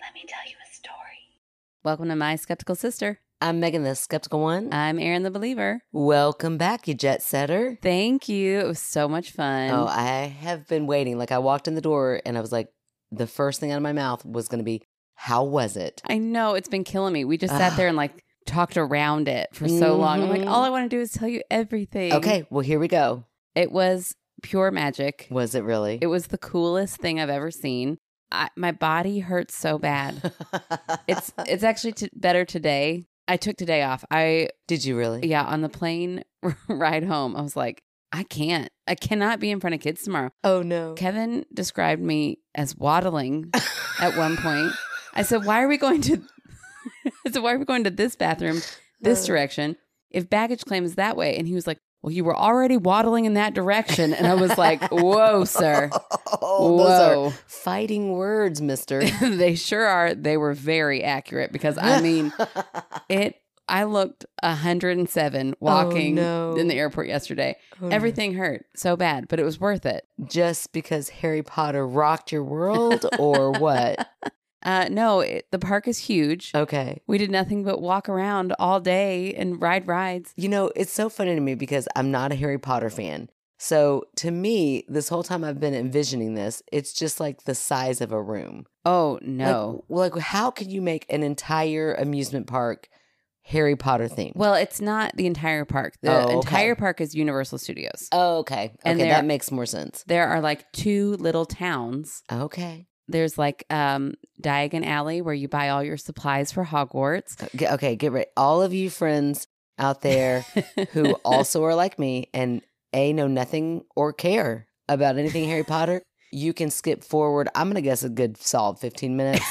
Let me tell you a story. Welcome to My Skeptical Sister. I'm Megan, the skeptical one. I'm Aaron the Believer. Welcome back, you jet setter. Thank you. It was so much fun. Oh, I have been waiting. Like I walked in the door and I was like, the first thing out of my mouth was going to be, "How was it?" I know it's been killing me. We just Ah. sat there and like talked around it for so long. I'm like, Mhm. all I want to do is tell you everything. Okay, well here we go. It was pure magic. Was it really? It was the coolest thing I've ever seen. I, my body hurts so bad. It's it's actually t- better today. I took today off. I Did you really? yeah on the plane ride home. I was like, I can't. I cannot be in front of kids tomorrow. Oh no. Kevin described me as waddling at one point. I said, "Why are we going to?" I said, "Why are we going to this bathroom, this direction? If baggage claim is that way?" And he was like, "Well, you were already waddling in that direction." And I was like, "Whoa, sir! Oh, those Whoa! are fighting words, Mister. they sure are. They were very accurate because I mean, it. I looked 107 walking Oh, no. Mm. in the airport yesterday. Everything hurt so bad, but it was worth it." just because Harry Potter rocked your world, or what? Uh, no, it, the park is huge. Okay. We did nothing but walk around all day and ride rides. You know, it's so funny to me because I'm not a Harry Potter fan. So to me, this whole time I've been envisioning this, it's just like the size of a room. Oh Like- no. Like, how can you make an entire amusement park Harry Potter themed? well, it's not the entire park. The Oh, okay. entire park is Universal Studios. oh, okay. Okay, and there- that makes more sense. There are like two little towns. Okay. There's like um Diagon Alley where you buy all your supplies for Hogwarts. Okay, okay, get ready. All of you friends out there who also are like me and A, know nothing or care about anything Harry Potter, you can skip forward. I'm going to guess a good solid 15 minutes.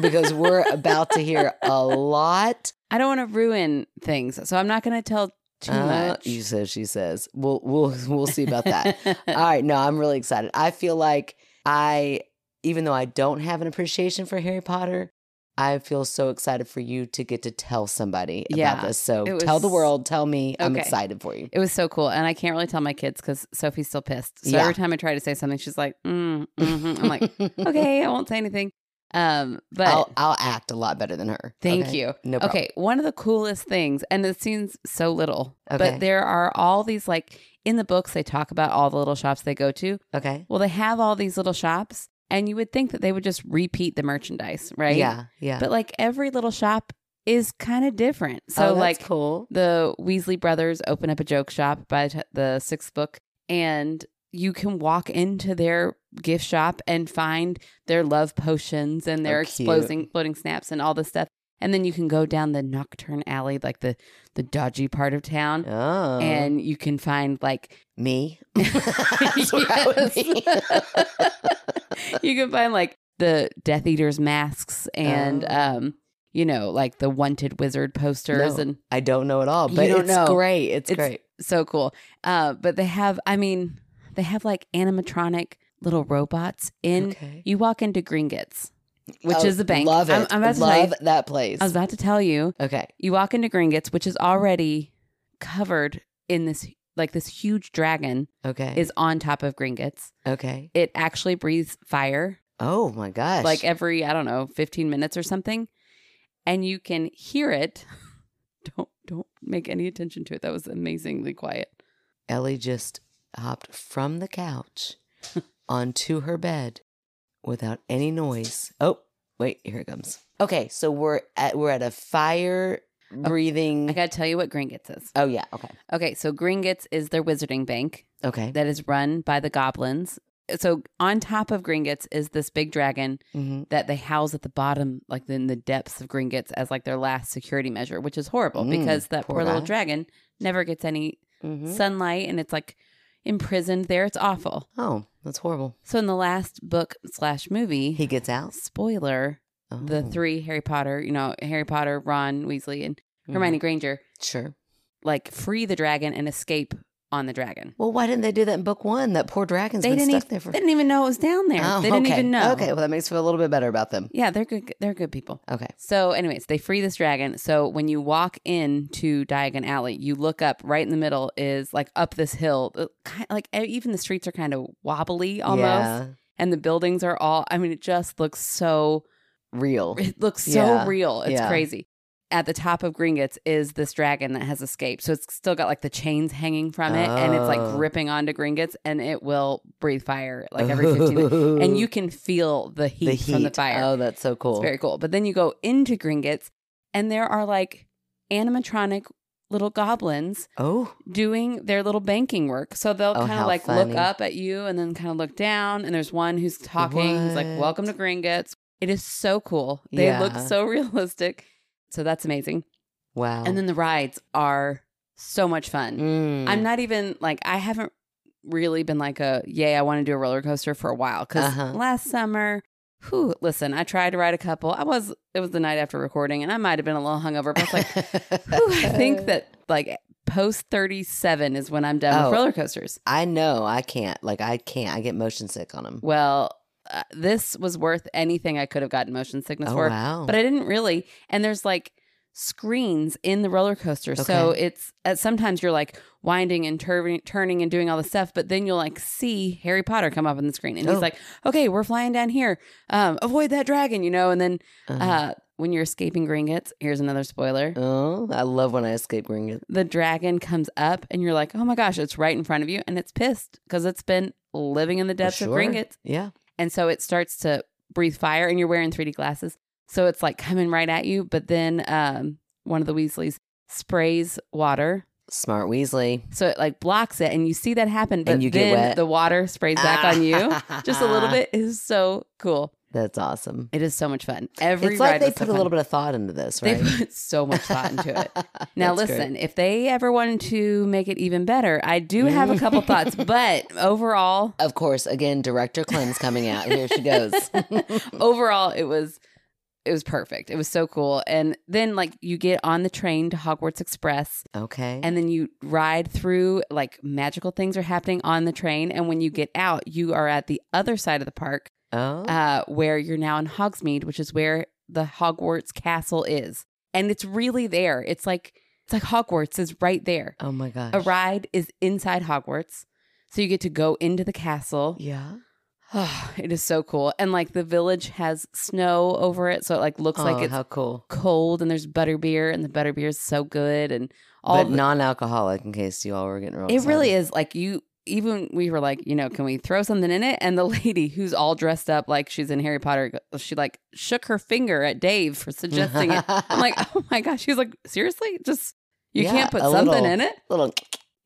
because we're about to hear a lot. I don't want to ruin things, so I'm not going to tell too Uh, much. You said she says. We'll we'll we'll see about that. Uh, All right, no, I'm really excited. I feel like I even though I don't have an appreciation for Harry Potter, I feel so excited for you to get to tell somebody Yeah, about this. So it tell the was- world, tell me. I'm Okay. excited for you. It was so cool, and I can't really tell my kids because Sophie's still pissed. So Yeah. every time I try to say something, she's like, mm, hmm "I'm like, okay, I won't say anything." Um, but I'll I'll act a lot better than her. Thank okay? you. No problem. Okay, one of the coolest things, and it seems so little, Okay. but there are all these like in the books they talk about all the little shops they go to. Okay. Well, they have all these little shops, and you would think that they would just repeat the merchandise, right? Yeah. Yeah. But like every little shop is kind of different. Oh, So that's like cool. the Weasley brothers open up a joke shop by t- the sixth book, and you can walk into their gift shop and find their love potions and their Oh, cute. exploding exploding snaps and all this stuff. And then you can go down the nocturne alley, like the the dodgy part of town, Oh. and you can find like me. That's where I would be. Yes. you can find like the Death Eater's masks and Oh. um you know like the Wanted Wizard posters No. and I don't know at all, You but don't it's know. great. It's, It's- great. so cool. Uh, but they have, I mean, they have like animatronic little robots in. okay. You walk into Gringotts, which Oh, is the bank. Love it. I'm, I'm about to tell love you. that place. I was about to tell you. okay. You walk into Gringotts, which is already covered in this, like this huge dragon Okay. is on top of Gringotts. okay. It actually breathes fire, Oh my gosh. like every I don't know, fifteen minutes or something, and you can hear it. don't don't make any attention to it. That was amazingly quiet. Ellie just hopped from the couch onto her bed without any noise. Oh, wait, here it comes. Okay, so we're at we're at a fire breathing. I gotta tell you what Gringotts is. oh yeah. Okay. Okay, so Gringotts is their wizarding bank Okay. that is run by the goblins. So on top of Gringotts is this big dragon Mhm. that they house at the bottom, like in the depths of Gringotts, as like their last security measure, which is horrible Mm, because that poor, poor little guy. dragon never gets any Mhm. sunlight and it's like imprisoned there. It's awful. Oh, that's horrible. So in the last book slash movie, He gets out. spoiler, Oh. the three Harry Potter, you know, Harry Potter, Ron Weasley, and Hermione Granger, mm-hmm. Sure. like free the dragon and escape on the dragon. Well, why didn't they do that in book one? That poor dragon's They been didn't stuck even- there for. They didn't even know it was down there. Oh, they didn't okay. even know. Okay, well, that makes me feel a little bit better about them. Yeah, they're good. They're good people. Okay. So, anyways, they free this dragon. So when you walk into Diagon Alley, you look up. Right in the middle is like up this hill. uh, ki- Like e- even the streets are kind of wobbly almost, Yeah. and the buildings are all. I mean, it just looks so real. It looks so Yeah. real. It's Yeah. crazy. At the top of Gringotts is this dragon that has escaped. So it's still got like the chains hanging from it and it's like Oh. gripping onto Gringotts and it will breathe fire like every 15 minutes. And you can feel the heat, from the fire. Oh, that's so cool. It's very cool. But then you go into Gringotts and there are like animatronic little goblins oh, doing their little banking work. So they'll Oh, kind of how like funny. look up at you and then kind of look down. And there's one who's talking, who's like, What? Welcome to Gringotts. It is so cool. They look Yeah. so realistic. So that's amazing. wow. And then the rides are so much fun. Mm. I'm not even like, I haven't really been like a, yay, I want to do a roller coaster for a while. because Uh-huh. last summer, whew, listen, I tried to ride a couple. I was, it was the night after recording and I might have been a little hungover, but I was like, Ooh, I think that like post 37 is when I'm done Oh. with roller coasters. I know I can't. Like I can't. I get motion sick on them. Well, uh, this was worth anything I could have gotten motion sickness Oh for, wow. but I didn't really. And there's like screens in the roller coaster. So Okay. it's uh, sometimes you're like winding and tur- turning and doing all this stuff, but then you'll like see Harry Potter come up on the screen and Oh. he's like, okay, we're flying down here. Um, avoid that dragon, you know? And then Uh-huh. uh, when you're escaping Gringotts, here's another spoiler. oh, I love when I escape Gringotts. the dragon comes up and you're like, oh my gosh, it's right in front of you. And it's pissed because it's been living in the depths sure. of Gringotts. Yeah. And so it starts to breathe fire and you're wearing 3D glasses. So it's like coming right at you. But then um, one of the Weasleys sprays water. Smart Weasley. So it like blocks it and you see that happen. But And you get then wet. the water sprays back on you just a little bit. It is so cool. That's awesome. It is so much fun. Every it's like ride they was so put a fun. little bit of thought into this, right? They put so much thought into it. Now, That's great. listen, if they ever wanted to make it even better, I do have a couple thoughts, but overall, Of course, again, director Clem's coming out. Here she goes. overall, it was it was perfect. It was so cool. And then like you get on the train to Hogwarts Express okay. and then you ride through like magical things are happening on the train and when you get out, you are at the other side of the park oh, uh where you're now in Hogsmeade, which is where the Hogwarts castle is. And it's really there. It's like it's like Hogwarts is right there. oh my gosh. A ride is inside Hogwarts. So you get to go into the castle. Yeah. it is so cool. And like the village has snow over it. So it like looks oh, like it's how cool. cold and there's butterbeer and the butterbeer is so good and all but the- non-alcoholic, in case you all were getting real. it really is like you even we were like, you know, can we throw something in it? And the lady who's all dressed up like she's in Harry Potter, she like shook her finger at Dave for suggesting it. I'm like, oh my gosh. She was like, seriously? Just you Yeah, can't put a something little- in it? little.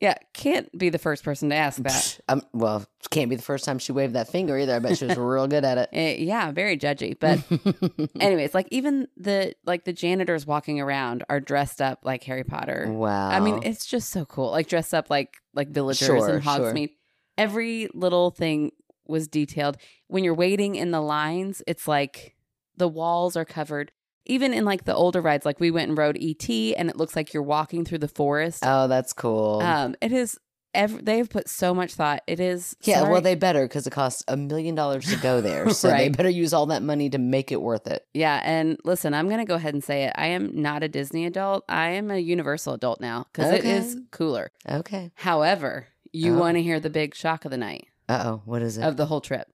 Yeah, can't be the first person to ask that. Um, well, can't be the first time she waved that finger either. I bet she was real good at it. Eh, yeah, very judgy. But Mm-hmm. anyways, like even the like the janitors walking around are dressed up like Harry Potter. wow. I mean, it's just so cool. Like dressed up like like villagers Sure, and sure. Hogsmeade. Every little thing was detailed. When you're waiting in the lines, it's like the walls are covered. Even in like the older rides, like we went and rode ET, and it looks like you're walking through the forest. oh, that's cool. Um, it is. Ev- they've put so much thought. It is. yeah, sorry. well, they better because it costs a million dollars to go there, so they Right. better use all that money to make it worth it. Yeah, and listen, I'm going to go ahead and say it. I am not a Disney adult. I am a Universal adult now because it is Okay. cooler. Okay. However, you Oh. want to hear the big shock of the night Uh oh, what is it? of the whole trip.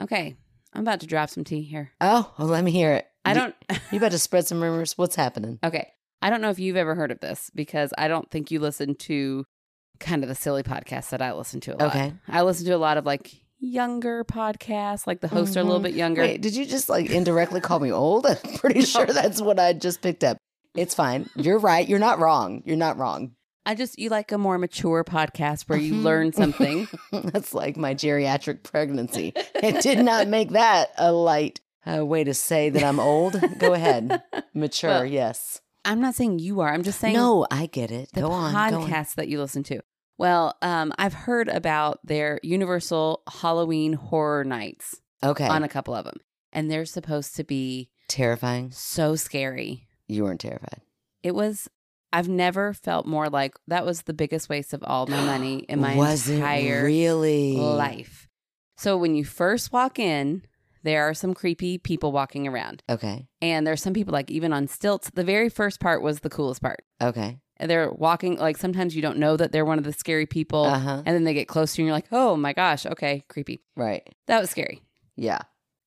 Okay, I'm about to drop some tea here. oh, well, let me hear it. I You- don't. You about to spread some rumors? What's happening? okay, I don't know if you've ever heard of this because I don't think you listen to kind of the silly podcasts that I listen to a lot. Okay. I listen to a lot of like younger podcasts, like the hosts are a little Mhm. bit younger. Wait, did you just like indirectly call me old? I'm pretty sure that's what I just picked up. It's fine. You're right. You're not wrong. You're not wrong. I just you like a more mature podcast where you Mhm. learn something. That's like my geriatric pregnancy. It did not make that a light uh, way to say that I'm old. Go ahead. Mature, Well, yes. I'm not saying you are. I'm just saying No, I get it. the Go on. go on. podcasts that you listen to. Well, um, I've heard about their Universal Halloween Horror Nights Okay. on a couple of them, and they're supposed to be Terrifying. so scary. You weren't terrified. It was. I've never felt more like that was the biggest waste of all my money in my Was it entire really? life. So when you first walk in, there are some creepy people walking around, Okay. and there's some people like even on stilts. The very first part was the coolest part. Okay. And they're walking like sometimes you don't know that they're one of the scary people Uh huh. and then they get close to you and you're like oh my gosh okay creepy Right. that was scary Yeah.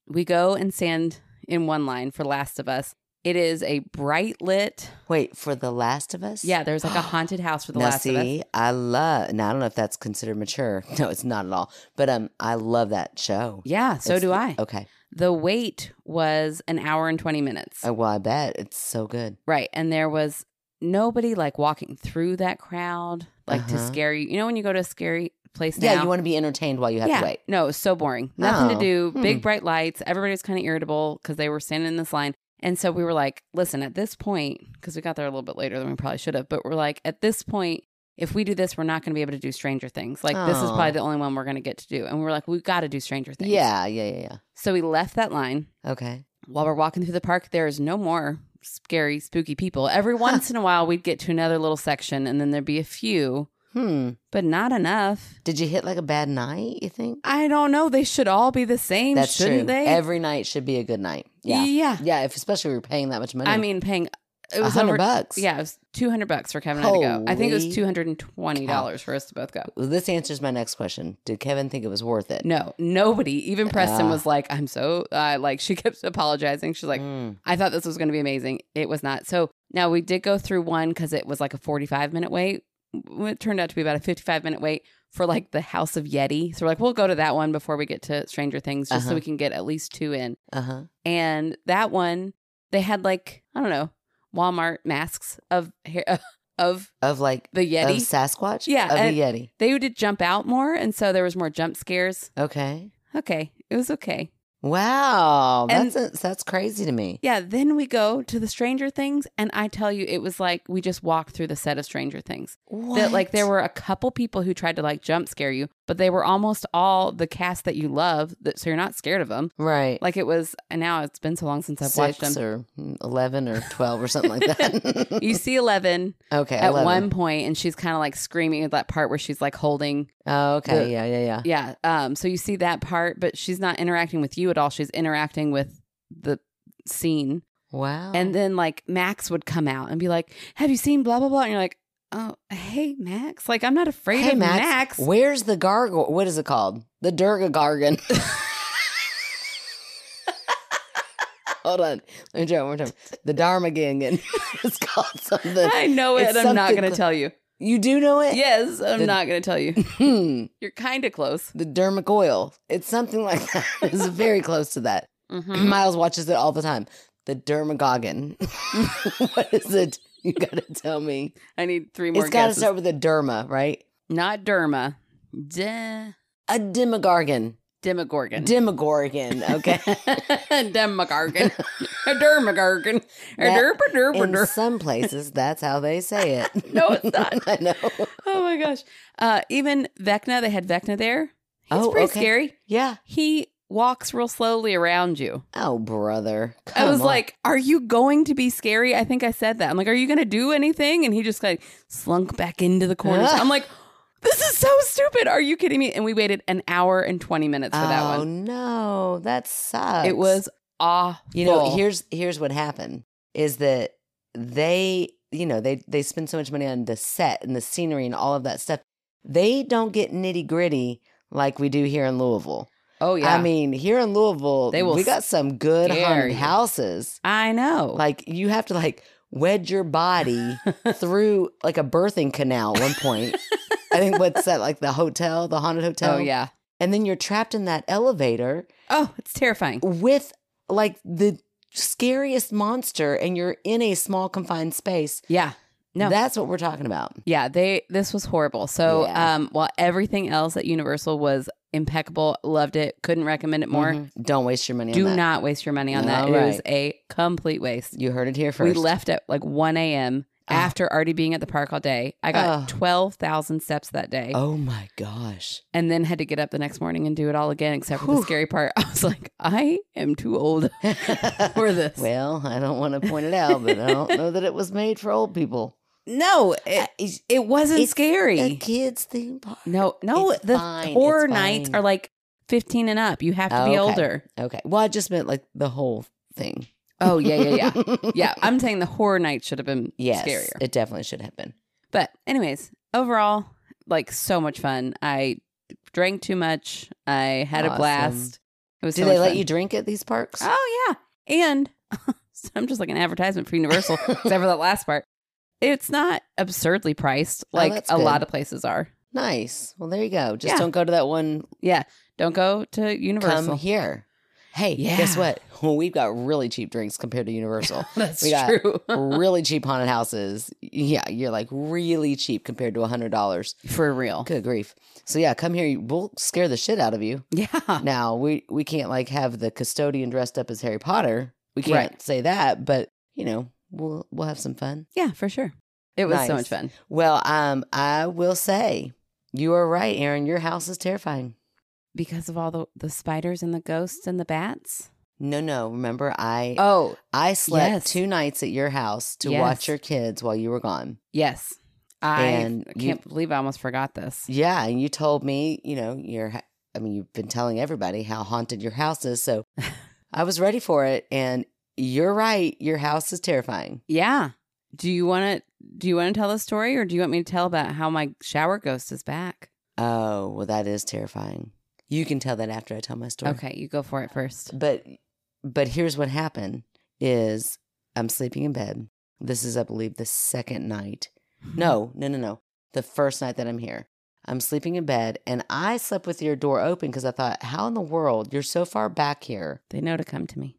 we go and stand in one line for Last of Us. It is a bright lit. Wait, for The Last of Us? Yeah, there's like a haunted house for The now, Last see, of Us. I love. Now I don't know if that's considered mature. No, it's not at all. But um, I love that show. Yeah, so It's do the- I. Okay. The wait was an hour and 20 minutes. Oh, well, I bet it's so good. Right. And there was nobody like walking through that crowd, like to Uh-huh. scare you. You know, when you go to a scary place now? Yeah, you want to be entertained while you have yeah. to wait. No, it was so boring. Nothing Oh, to do. hmm. Big bright lights. Everybody was kind of irritable because they were standing in this line. And so we were like, listen, at this point, because we got there a little bit later than we probably should have, but we're like, at this point, if we do this, we're not going to be able to do Stranger Things. Like, this is Aw. probably the only one we're going to get to do. And we were like, we've got to do Stranger Things. Oh. Yeah, yeah, yeah, So we left that line. yeah. Okay. While we're walking through the park, there is no more scary, spooky people. Every once in a while, we'd get to another little section, and then there'd be a few, Hmm. but not enough. Did you hit like a bad night? You think? I don't know. They should all be the same, That's shouldn't true. they? Every night should be a good night. yeah. Yeah. Yeah. If especially if you're paying that much money. I mean, paying it was hundred over. bucks. Yeah, it was two hundred bucks for Kevin and I to go. I think it was Holy two hundred and twenty dollars for us to both go. Well, this answers my next question. Did Kevin think it was worth it? No, nobody. Even Preston Ah. was like, "I'm so uh, like." She kept apologizing. She's like, Mm. "I thought this was going to be amazing. It was not." So now we did go through one because it was like a forty-five minute wait. It turned out to be about a fifty-five minute wait for like the House of Yeti. So we're like, we'll go to that one before we get to Stranger Things, just so Uh-huh. we can get at least two in. Uh huh. and that one they had like I don't know Walmart masks of hair, of Of like the of Yeti. Sasquatch. Yeah, Of a and- Yeti. they did jump out more, and so there was more jump scares. Okay. Okay, it was okay. Wow. And- that's a, that's crazy to me. Yeah, then we go to the Stranger Things, and I tell you, it was like we just walked through the set of Stranger Things. That like there What? were a couple people who tried to like jump scare you, but they were almost all the cast that you love, that, so you're not scared of them. right. Like it was, and now it's been so long since I've watched six them. or eleven or twelve or something like that. You see eleven, okay. at 11. one point and she's kind of like screaming at that part where she's like holding Oh, okay. the- yeah. Yeah. Yeah. yeah um so you see that part but she's not interacting with you at all she's interacting with the scene Wow. and then like max would come out and be like have you seen blah blah blah and you're like oh hey max like i'm not afraid Hey, of max, Max, Where's the gargoyle? What is it called? The Durga Gargan. Hold on. Let me try it one more time. The Darmagangan. it's called something. i know it It's i'm not something gonna cl- tell you You do know it? yes i'm The- not gonna tell you Hmm. you're kind of close the Dermagoyle. It's something like that. It's very close to that. Mhm. Miles watches it all the time. The Dermagogon. what is it? You gotta tell me. i need three more it's gotta guesses start with a derma, right? not derma De- A demagogon. demogorgon Demogorgon. Okay. Demagargan. A dermagargan. A That- derpa derpa In der. some places, that's how they say it. No, it's not. I know. Oh my gosh. Uh, even Vecna, they had Vecna there. He's Oh, pretty okay. scary. Yeah. He walks real slowly around you. Oh, brother. I Come was on. like, Are you going to be scary? I think I said that. I'm like, Are you going to do anything? And he just like slunk back into the corners. Ugh. I'm like, This is so stupid. Are you kidding me? And we waited an hour and 20 minutes for that oh one. no, that sucks. It was awful. You know, here's here's what happened is that they, you know, they they spend so much money on the set and the scenery and all of that stuff. They don't get nitty gritty like we do here in Louisville. Oh, yeah. I mean, here in Louisville, They will we got some good scare haunted you. houses. I know. Like you have to like wedge your body through like a birthing canal at one point. I think what's that like the hotel, the haunted hotel? oh, yeah. And then you're trapped in that elevator Oh, it's terrifying. with like the scariest monster and you're in a small confined space. Yeah. No. That's what we're talking about. Yeah, they this was horrible. So, Yeah. um while everything else at Universal was impeccable, loved it, couldn't recommend it more. Mhm. Don't waste your money Do on that. not waste your money on that. All It was right. a complete waste. You heard it here first. We left at like 1 a.m. Oh. after already being at the park all day. I got Oh. 12,000 steps that day Oh my gosh. and then had to get up the next morning and do it all again, except for the Whew. scary part. I was like, I am too old for this. well, I don't want to point it out, but I don't know that it was made for old people. no, it, It's it wasn't It's scary. a kids theme park. No, no, It's the fine, horror it's nights fine. are like 15 and up. You have to Oh, be okay. older. Okay. Well, I just meant like the whole thing. Oh, yeah, yeah, yeah. yeah. yeah, I'm saying the horror night should have been Yes. scarier. It definitely should have been. But anyways, overall, like so much fun. I drank too much. I had a Awesome. blast. It was Do so they much let fun. you drink at these parks? Oh yeah. And so I'm just like an advertisement for Universal, except for that last part. It's not absurdly priced Oh, like that's a good. lot of places are. Nice. Well, there you go. Just Yeah. don't go to that one. Yeah. Don't go to Universal. Come here. Hey, guess Yeah. what? we've got really cheap drinks compared to Universal. That's We got- true. really cheap haunted houses. Yeah, you're like really cheap compared to a hundred dollars. for real. Good grief. So yeah, come here. We'll scare the shit out of you. Yeah. Now we we can't like have the custodian dressed up as Harry Potter. We Right. can't say that, but you know we'll we'll have some fun. Yeah, for sure. It was so Nice. much fun. Well, um, I will say you are right, Aaron. Your house is terrifying. Because of all the, the spiders and the ghosts and the bats. No, no. Remember, I Oh, I slept yes. two nights at your house to Yes. watch your kids while you were gone. yes. I And you- can't believe I almost forgot this. Yeah, and you told me, you know, your I mean, you've been telling everybody how haunted your house is, so I was ready for it and you're right, your house is terrifying. Yeah. Do you want to do you want to tell the story or do you want me to tell about how my shower ghost is back? Oh, well that is terrifying. You can tell that after I tell my story. Okay, you go for it first. But but here's what happened is I'm sleeping in bed. This is I believe the second night. No, no, no, no. The first night that I'm here. I'm sleeping in bed and I slept with your door open because I thought, how in the world? You're so far back here. They know to come to me.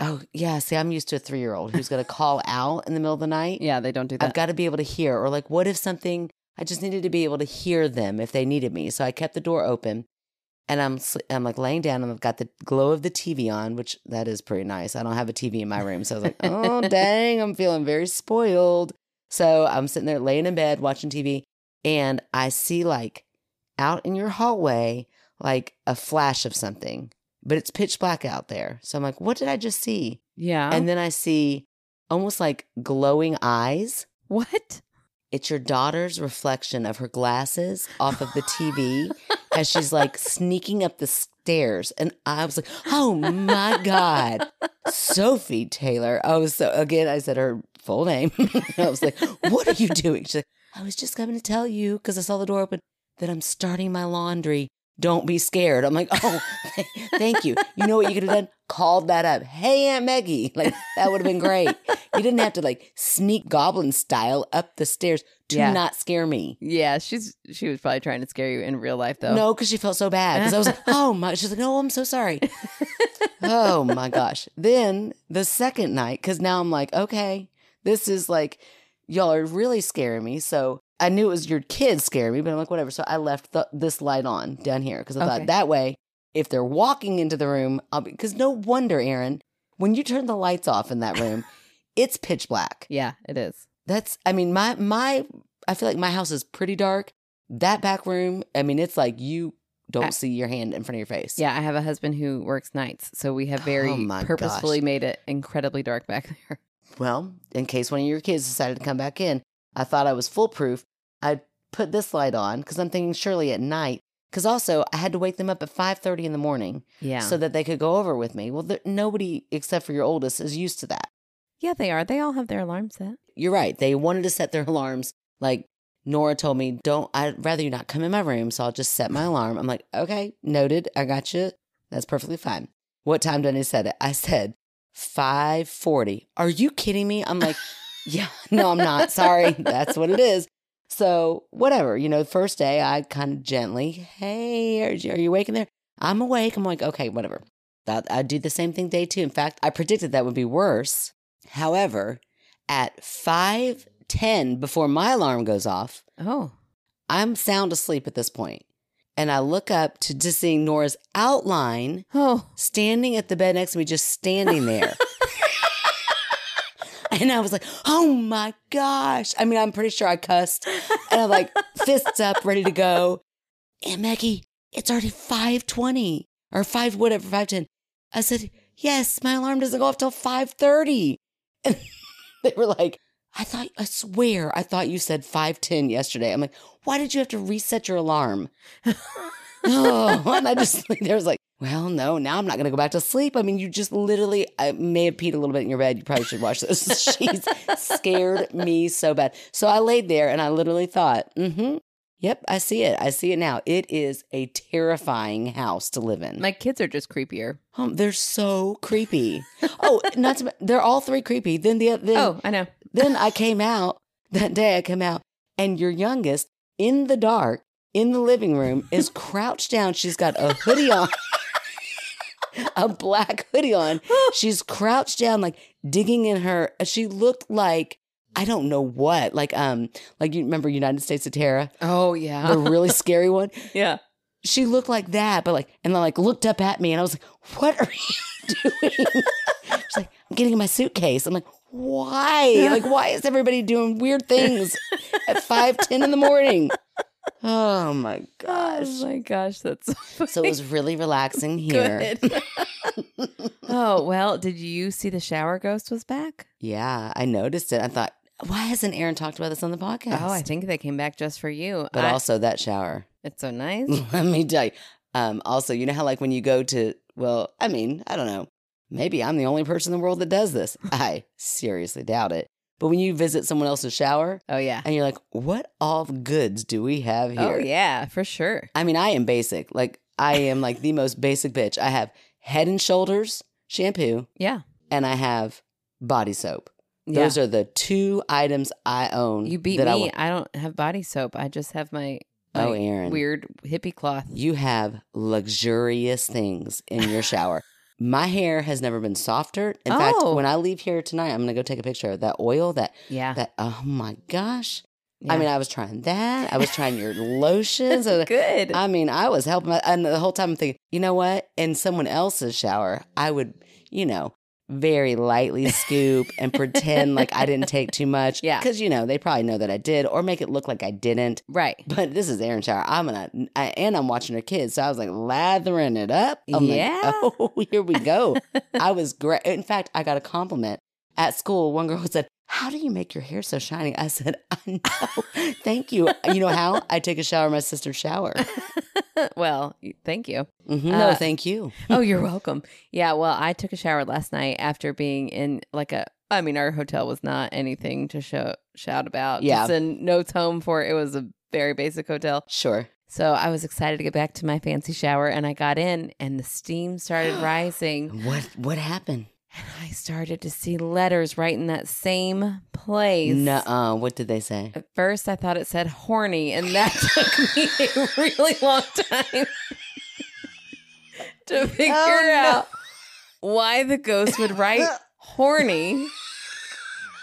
Oh, yeah. See, I'm used to a three year old who's going to call out in the middle of the night. Yeah, they don't do I've that. got to be able to hear. Or, like, what if something, I just needed to be able to hear them if they needed me. So I kept the door open and I'm, sl- I'm like laying down and I've got the glow of the TV on, which that is pretty nice. I don't have a TV in my room. So I was like, oh, dang, I'm feeling very spoiled. So I'm sitting there laying in bed watching TV and I see like out in your hallway, like a flash of something, but it's pitch black out there. So I'm like, what did I just see? yeah. Uh-huh. And then I see almost like glowing eyes. what? It's your daughter's reflection of her glasses off of the TV as she's like sneaking up the stairs. And I was like, oh my God, Sophie Taylor. I was so, again, I said her full name. I was like, what are you doing? She's like, I was just coming to tell you because I saw the door open that I'm starting my laundry. Don't be scared. I'm like, oh, th- thank you. You know what you could have done? Called that up. Hey, Aunt Maggie. Like, that would have been great. You didn't have to like sneak goblin style up the stairs to Yeah. not scare me. Yeah, she's she was probably trying to scare you in real life though. No, because she felt so bad. Because I was like, oh my, she's like, no, I'm so sorry. oh my gosh. Then the second night, because now I'm like, okay, this is like, y'all are really scaring me. So I knew it was your kids scaring me, but I'm like, whatever. So I left the, this light on down here because I Okay. thought that way, if they're walking into the room, I'll be, because no wonder, Aaron, when you turn the lights off in that room, it's pitch black. Yeah, it is. That's I mean my my I feel like my house is pretty dark. That back room, I mean it's like you don't I- see your hand in front of your face. Yeah, I have a husband who works nights, so we have very Oh my purposefully gosh. made it incredibly dark back there. Well, in case one of your kids decided to come back in, I thought I was foolproof. I put this light on cuz I'm thinking surely at night cuz also I had to wake them up at 5:30 in the morning Yeah. so that they could go over with me. Well, there, nobody except for your oldest is used to that. yeah, they are. They all have their alarm set. You're right. They wanted to set their alarms like Nora told me, don't, I'd rather you not come in my room. So I'll just set my alarm. I'm like, okay, noted. I got you. That's perfectly fine. What time did I set it? I said 540. Are you kidding me? I'm like, yeah, no, I'm not. Sorry. That's what it is. So whatever, you know, first day I kind of gently, hey, are you, are you waking there? I'm awake. I'm like, okay, whatever. That, I do the same thing day two. In fact, I predicted that would be worse. However, at 5:10 before my alarm goes off, Oh. I'm sound asleep at this point. And I look up to just seeing Nora's outline Oh. standing at the bed next to me, just standing there. and I was like, oh my gosh. I mean, I'm pretty sure I cussed. And I'm like, fists up, ready to go. And Maggie, it's already 520 or 5, whatever, 510. I said, yes, my alarm doesn't go off till 530. And they were like, I thought, I swear, I thought you said 510 yesterday. I'm like, why did you have to reset your alarm? oh, and I just there was like, well, no, now I'm not going to go back to sleep. I mean, you just literally, I may have peed a little bit in your bed. You probably should watch this. She's scared me so bad. So I laid there and I literally thought, mm hmm, Yep, I see it. I see it now. It is a terrifying house to live in. My kids are just creepier. Um, they're so creepy. oh, not to, men- they're all three creepy. Then the oth- then, Oh, I know. then I came out that day. I come out, and your youngest in the dark in the living room is crouched down. She's got a hoodie on, a black hoodie on. She's crouched down, like digging in her. uh, She looked like I don't know what, like um, like you remember United States of Terror, Oh the yeah, really scary one yeah. she looked like that, but like, and then like looked up at me and I was like, what are you doing? She's like, I'm getting in my suitcase. I'm like, why? Like, why is everybody doing weird things at five ten in the morning? Oh my Oh gosh. my gosh, that's So it was really relaxing here. good. oh well, did you see the shower ghost was back? Yeah, I noticed it. I thought, why hasn't Aaron talked about this on the podcast? Oh, I think they came back just for you. but I- also that shower. it's so nice. Let me tell you. Um, also, you know how like when you go to well, I mean, I don't know. Maybe I'm the only person in the world that does this. I seriously doubt it. But when you visit someone else's shower Oh yeah, and you're like, what all the goods do we have here? oh yeah, for sure. I mean, I am basic. Like I am like the most basic bitch. I have head and shoulders shampoo Yeah, and I have body soap. yeah. Those are the two items I own. you beat that I me. wa- I, don't have body soap. I just have my, my oh, Aaron. weird hippie cloth. You have luxurious things in your shower. My hair has never been softer. In fact, Oh. when I leave here tonight, I'm gonna go take a picture of that oil. That Yeah, that oh my gosh! yeah. I mean, I was trying that. I was trying your lotions. I- good. I mean, I was helping, my, and the whole time I'm thinking, you know what? In someone else's shower, I would, you know, very lightly scoop and pretend like I didn't take too much. Yeah. because you know they probably know that I did, or make it look like I didn't. right. But this is Aaron Shower. I'm gonna, I, and I'm watching her kids. So I was like lathering it up. I'm like, Yeah. oh, here we go. I was great. In fact, I got a compliment at school. One girl said, "How do you make your hair so shiny?" I said, "I know. Thank you. You know how? I take a shower. in My sister's shower. well, y- thank you. Mhm. Uh, no, thank you. oh, you're welcome. Yeah, well, I took a shower last night after being in like a. I mean, our hotel was not anything to show, shout about. Yeah. Just a notes home for it was a very basic hotel. Sure. So I was excited to get back to my fancy shower, and I got in, and the steam started rising, What What happened? and I started to see letters right in that same place. Nuh-uh. uh, What did they say? At first, I thought it said horny, and that took me a really long time to figure Oh, no. out why the ghost would write horny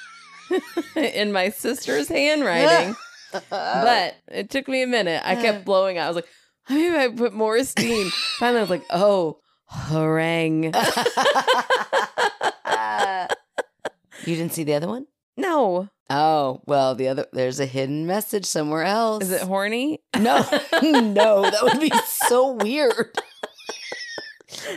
in my sister's handwriting. Oh. But it took me a minute. I Uh. kept blowing out. I was like, maybe I put more steam. Finally, I was like, oh, harangue. you didn't see the other one? No. Oh well, the other there's a hidden message somewhere else. Is it horny? No, no, that would be so weird.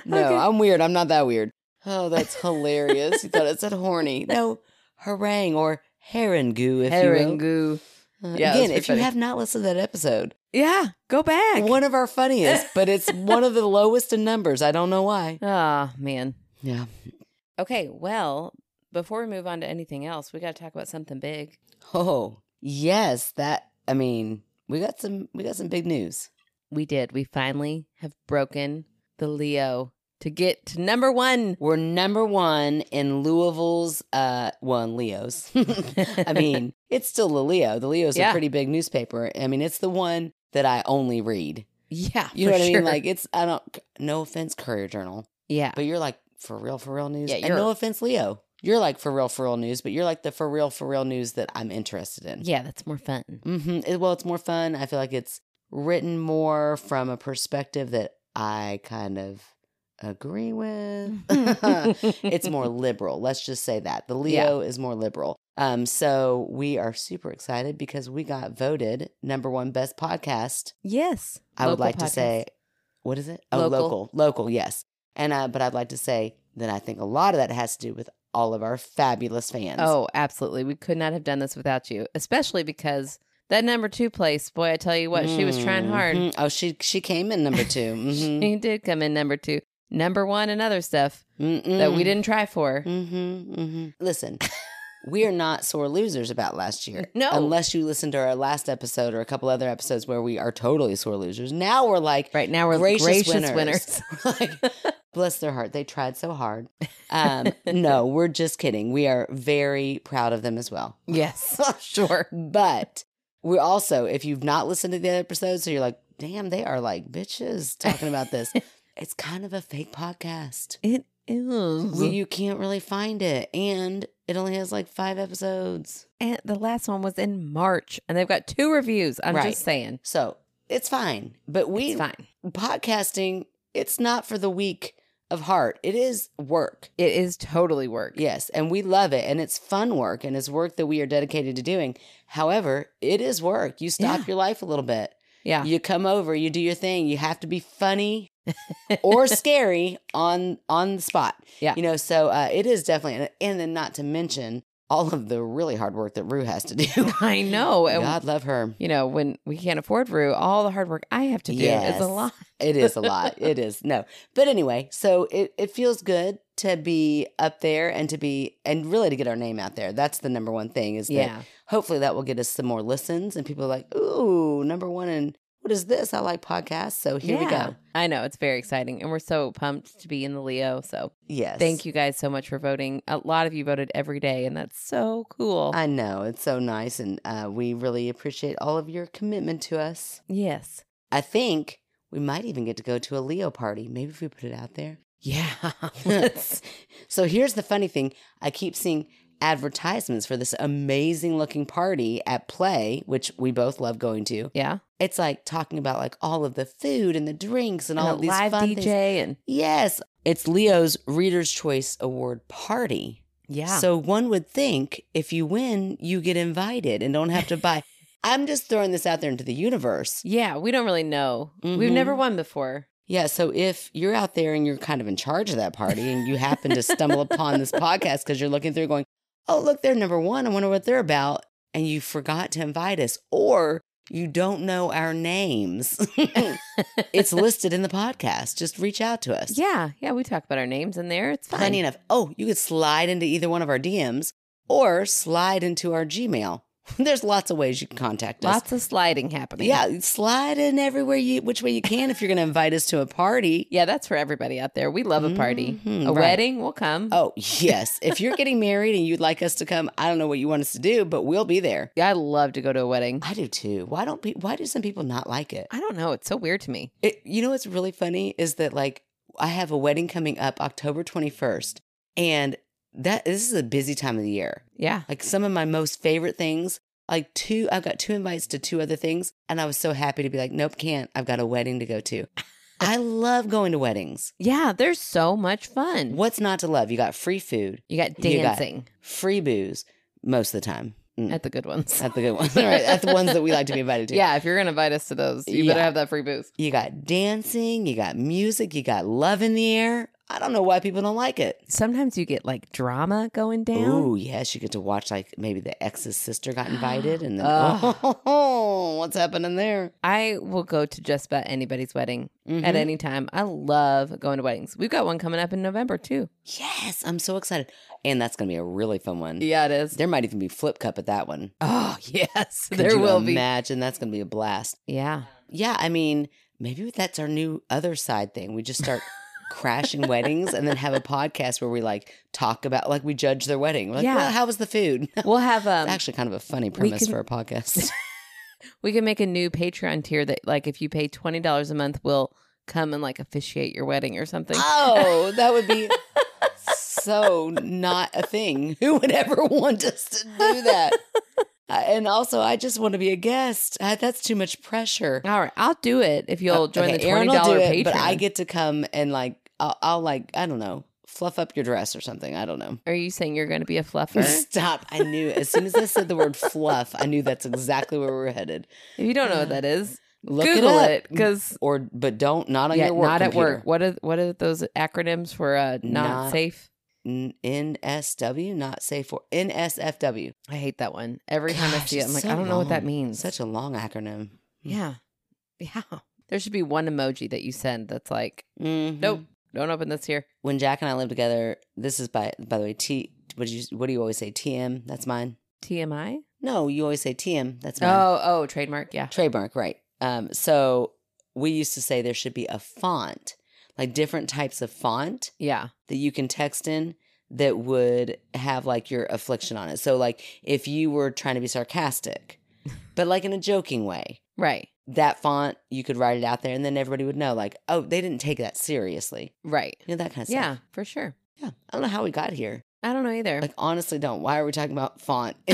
No, Okay. I'm weird. I'm not that weird. Oh, that's hilarious. you thought it said horny. No, harangue or herringoo, if you Herringu. will. Uh, Yeah, that's Again, pretty if funny. you have not listened to that episode, Yeah, go back. one of our funniest, but it's one of the lowest in numbers. I don't know why. Ah, man. Yeah. Okay, well, before we move on to anything else, we got to talk about something big. Oh, yes. That, I mean, we got some, we got some big news. We did. We finally have broken the Leo to get to number one. We're number one in Louisville's, uh, well, in Leo's. I mean, it's still the Leo. The Leo's Yeah. a pretty big newspaper. I mean, it's the one that I only read. yeah, You know for what I sure. mean? Like, it's, I don't, no offense, Courier Journal, yeah, but you're like, for real, for real news. Yeah, and you're- no offense, Leo. You're like, for real, for real news, but you're like the for real, for real news that I'm interested in. yeah, that's more fun. Mm-hmm. It, well, it's more fun. I feel like it's written more from a perspective that I kind of agree with. Mm-hmm. it's more liberal. Let's just say that the Leo is more liberal. Um, so we are super excited because we got voted number one best podcast. yes. I would Local like to podcast. say, what is it? Oh, Local. local, local, yes. And uh, but I'd like to say that I think a lot of that has to do with all of our fabulous fans. Oh, absolutely. We could not have done this without you, especially because that number two place, boy, I tell you what, she was trying hard. Mhm. Oh, she she came in number 2 Mhm. She did come in number two, Mm. number one, and other stuff that we didn't try for. Mm-hmm, Listen, we are not sore losers about last year. No. Unless you listen to our last episode or a couple other episodes where we are totally sore losers. Now we're like, Right now we're Gracious gracious, winners. winners. like, bless their heart. They tried so hard. Um, no, we're just kidding. We are very proud of them as well. yes, Oh, sure. But we're also, if you've not listened to the other episodes, so you're like, damn, they are like bitches talking about this. it's kind of a fake podcast. It is. Well, you can't really find it. And it only has like five episodes. and the last one was in March, and they've got two reviews. I'm Right. just saying, So it's fine. But we it's fine. podcasting, it's not for the weak of heart. It is work. It is totally work. Yes. And we love it. And it's fun work and it's work that we are dedicated to doing. However, it is work. You stop Yeah. your life a little bit. yeah. You come over, you do your thing. You have to be funny or scary on on the spot. Yeah. You know, so uh, it is definitely and, and then not to mention all of the really hard work that Rue has to do. I know. And God love her. you know, when we can't afford Rue, all the hard work I have to do Yes. is a lot. It is a lot. it is. No. But anyway, so it, it feels good to be up there and to be and really to get our name out there. That's the number one thing is that Yeah. hopefully that will get us some more listens and people are like, ooh, number one and what is this? I like podcasts. So here we Yeah. go. I know. It's very exciting. And we're so pumped to be in the Leo. So Yes. thank you guys so much for voting. A lot of you voted every day, and that's so cool. I know. It's so nice. And uh, we really appreciate all of your commitment to us. yes. I think we might even get to go to a Leo party. Maybe if we put it out there. Yeah. so here's the funny thing I keep seeing advertisements for this amazing looking party at Play, which we both love going to. yeah. It's like talking about like all of the food and the drinks and, all And of a these live fun DJ things. and Yes, it's Leo's Reader's Choice Award party. yeah. So one would think if you win, you get invited and don't have to buy. I'm just throwing this out there into the universe. yeah. We don't really know. We've Mhm. never won before. Yeah, so if you're out there and you're kind of in charge of that party and you happen to stumble upon this podcast because you're looking through going, oh, look, they're number one. I wonder what they're about. And you forgot to invite us, or you don't know our names. it's listed in the podcast. Just reach out to us. Yeah. Yeah. We talk about our names in there. It's fine. Plenty enough. Oh, you could slide into either one of our DMs or slide into our Gmail. There's lots of ways you can contact us. Lots of sliding happening. Yeah, slide in everywhere you, which way you can if you're going to invite us to a party. Yeah, that's for everybody out there. We love a party. Mhm, a right. wedding, we'll come. Oh, yes. If you're getting married and you'd like us to come, I don't know what you want us to do, but we'll be there. Yeah, I love to go to a wedding. I do too. Why don't pe- why do some people not like it? I don't know. It's so weird to me. it? You know what's really funny is that like I have a wedding coming up October 21st and that this is a busy time of the year. Yeah. Like some of my most favorite things, like two I've got two invites to two other things and I was so happy to be like, nope, can't. I've got a wedding to go to. I love going to weddings. Yeah, there's so much fun. What's not to love? You got free food, You got You got- dancing free booze most of the time. Mm. at the good ones. That's the good ones. All right. That's the ones that we like to be invited to. yeah, if you're going to invite us to those, you better Yeah. have that free booth. You got dancing, you got music, you got love in the air. I don't know why people don't like it. Sometimes you get like drama going down. Ooh, yes, you get to watch like maybe the ex's sister got invited and then Ugh. oh, what's happening there? I will go to just about anybody's wedding at Mhm. any time. I love going to weddings. We've got one coming up in November too. yes, I'm so excited. And that's gonna be a really fun one. Yeah, it is. There might even be flip cup at that one. Oh, yes. Could there you will imagine that's gonna be a blast. be. Yeah. Yeah, I mean, maybe that's our new other side thing. We just start crashing weddings and then have a podcast where we like talk about like we judge their wedding. We're like, Yeah. well, how was the food? It's We'll have um actually kind of a funny premise can- for a podcast. We can make a new Patreon tier that, like, if you pay twenty dollars a month, we'll come and like officiate your wedding or something. oh, that would be so not a thing. Who would ever want us to do that? Uh, and also, I just want to be a guest. Uh, that's too much pressure. All right, I'll do it if you'll Uh, join okay, the Aaron twenty will do dollar it, Patreon. But I get to come and like, I'll, I'll like, I don't know, fluff up your dress or something. I don't know. Are you saying you're going to be a fluffer? if Stop. I knew as soon as I said the word fluff, I knew that's exactly where we were headed. you don't know what that is, Look Google it it up. because Or but don't not on yeah, your work. not at computer. work. What are what are those acronyms for? Uh, not, Not- safe. N- NSW, not safe for NSFW. I hate that one. Every time I Gosh, see it, I'm it's like, so I don't know what that long. means. Such a long acronym. yeah, yeah. There should be one emoji that you send that's like, Mhm. nope, don't open this here. When Jack and I lived together, this is by by the way, T what do you what do you always say? TM, that's mine. TMI? No, you always say TM, that's mine. Oh, oh, trademark. Yeah. Trademark, right. Um, so we used to say there should be a font, like different types of font Yeah. that you can text in that would have like your affliction on it. So like if you were trying to be sarcastic, but like in a joking way, Right. that font you could write it out there and then everybody would know like, oh, they didn't take that seriously. Right. You know that kind of Yeah, stuff. for sure. Yeah. Yeah. I don't know how we got here. I don't know either. Like honestly don't. Why are we talking about font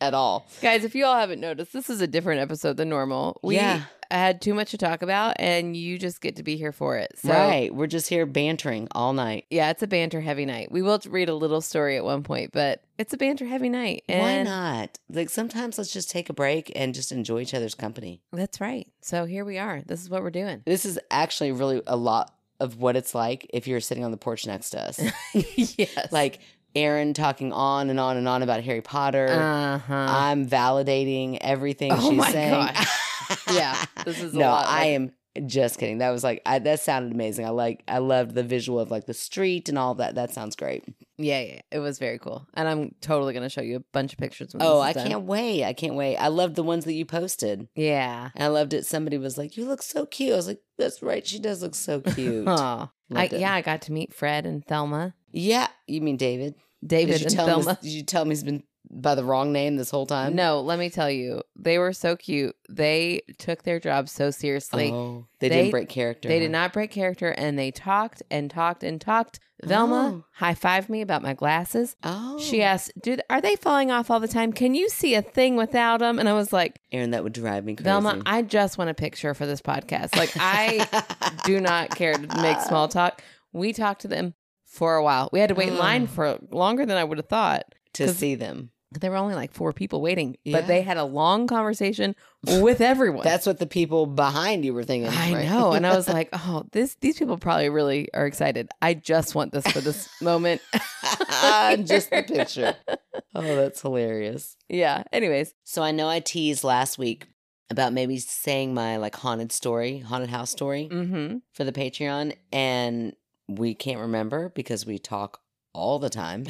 at all? Guys, if you all haven't noticed, this is a different episode than normal. We yeah. had too much to talk about, and you just get to be here for it. So, right. We're just here bantering all night. yeah, it's a banter heavy night. We will read a little story at one point, but it's a banter heavy night. Why And not? Like sometimes let's just take a break and just enjoy each other's company. That's right. So here we are. This is what we're doing. This is actually really a lot of what it's like if you're sitting on the porch next to us. yes. like Erin talking on and on and on about Harry Potter. uh huh. I'm validating everything Oh she's my saying. gosh. Yeah, this is a no, lot, I like- am just kidding. That was like I, that sounded amazing. I like I loved the visual of like the street and all that. That sounds great. Yeah, yeah. It was very cool, and I'm totally gonna show you a bunch of pictures. When oh, this I is done. can't wait. I can't wait. I loved the ones that you posted. Yeah. I loved it. Somebody was like, "You look so cute." I was like, "That's right. She does look so cute." Aw. I, Loved it. yeah, I got to meet Fred and Thelma, Yeah, you mean David? David Did you and tell him? Thelma. This, did you tell him he's been by the wrong name this whole time? No, let me tell you, they were so cute. They took their job so seriously. oh, they, they- didn't break character. They did huh? not break character and they talked and talked and talked. Velma Oh. high fived me about my glasses. Oh, She asked, "Do are they falling off all the time? Can you see a thing without them?" And I was like, Aaron, that would drive me crazy. "Velma, I just want a picture for this podcast. Like I do not care to make small talk." We talked to them for a while. We had to wait in line for longer than I would have thought. to see them. There were only like four people waiting, Yeah. but they had a long conversation with everyone. That's what the people behind you were thinking. I right? know. And I was like, oh, this these people probably really are excited. I just want this for this moment. just the picture. Oh, that's hilarious. Yeah. Anyways. So I know I teased last week about maybe saying my like haunted story, haunted house story Mm-hmm. for the Patreon, and we can't remember because we talk all the time.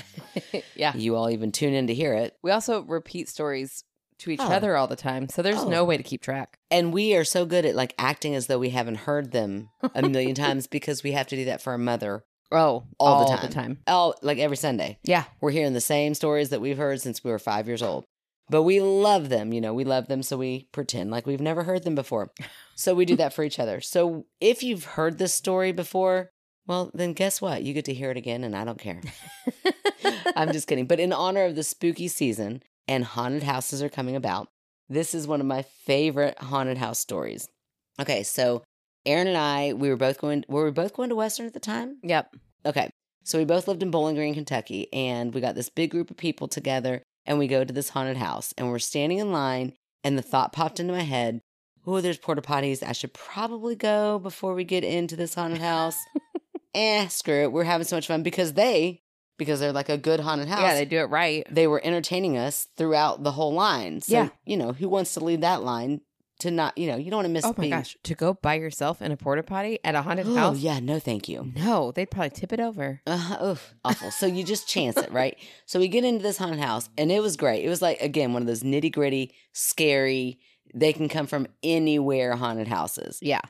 yeah. you all even tune in to hear it. We also repeat stories to each Oh. other all the time. So there's Oh. no way to keep track. And we are so good at like acting as though we haven't heard them a million times because we have to do that for our mother. Oh, All the all time. Oh, like every Sunday. Yeah. We're hearing the same stories that we've heard since we were five years old. But we love them, you know, we love them. So we pretend like we've never heard them before. So we do that for each other. So if you've heard this story before, well, then guess what? You get to hear it again, and I don't care. I'm just kidding. But in honor of the spooky season and haunted houses are coming about, this is one of my favorite haunted house stories. Okay, so Aaron and I, we were both going were we both going to Western at the time? Yep. Okay. So we both lived in Bowling Green, Kentucky, and we got this big group of people together and we go to this haunted house and we're standing in line and the thought popped into my head, oh, there's porta potties. I should probably go before we get into this haunted house. eh, screw it. We're having so much fun because they because they're like a good haunted house Yeah, they do it right. they were entertaining us throughout the whole line. So, Yeah. you know, who wants to leave that line to not, you know, you don't want to miss Oh my being- gosh. To go by yourself in a porta potty at a haunted Oh, house? yeah, no, thank you. No, they'd probably tip it over. Uh, oof, awful. So you just chance it, right? So we get into this haunted house, and it was great. It was like again one of those nitty gritty, scary. They can come from anywhere haunted houses, Yeah.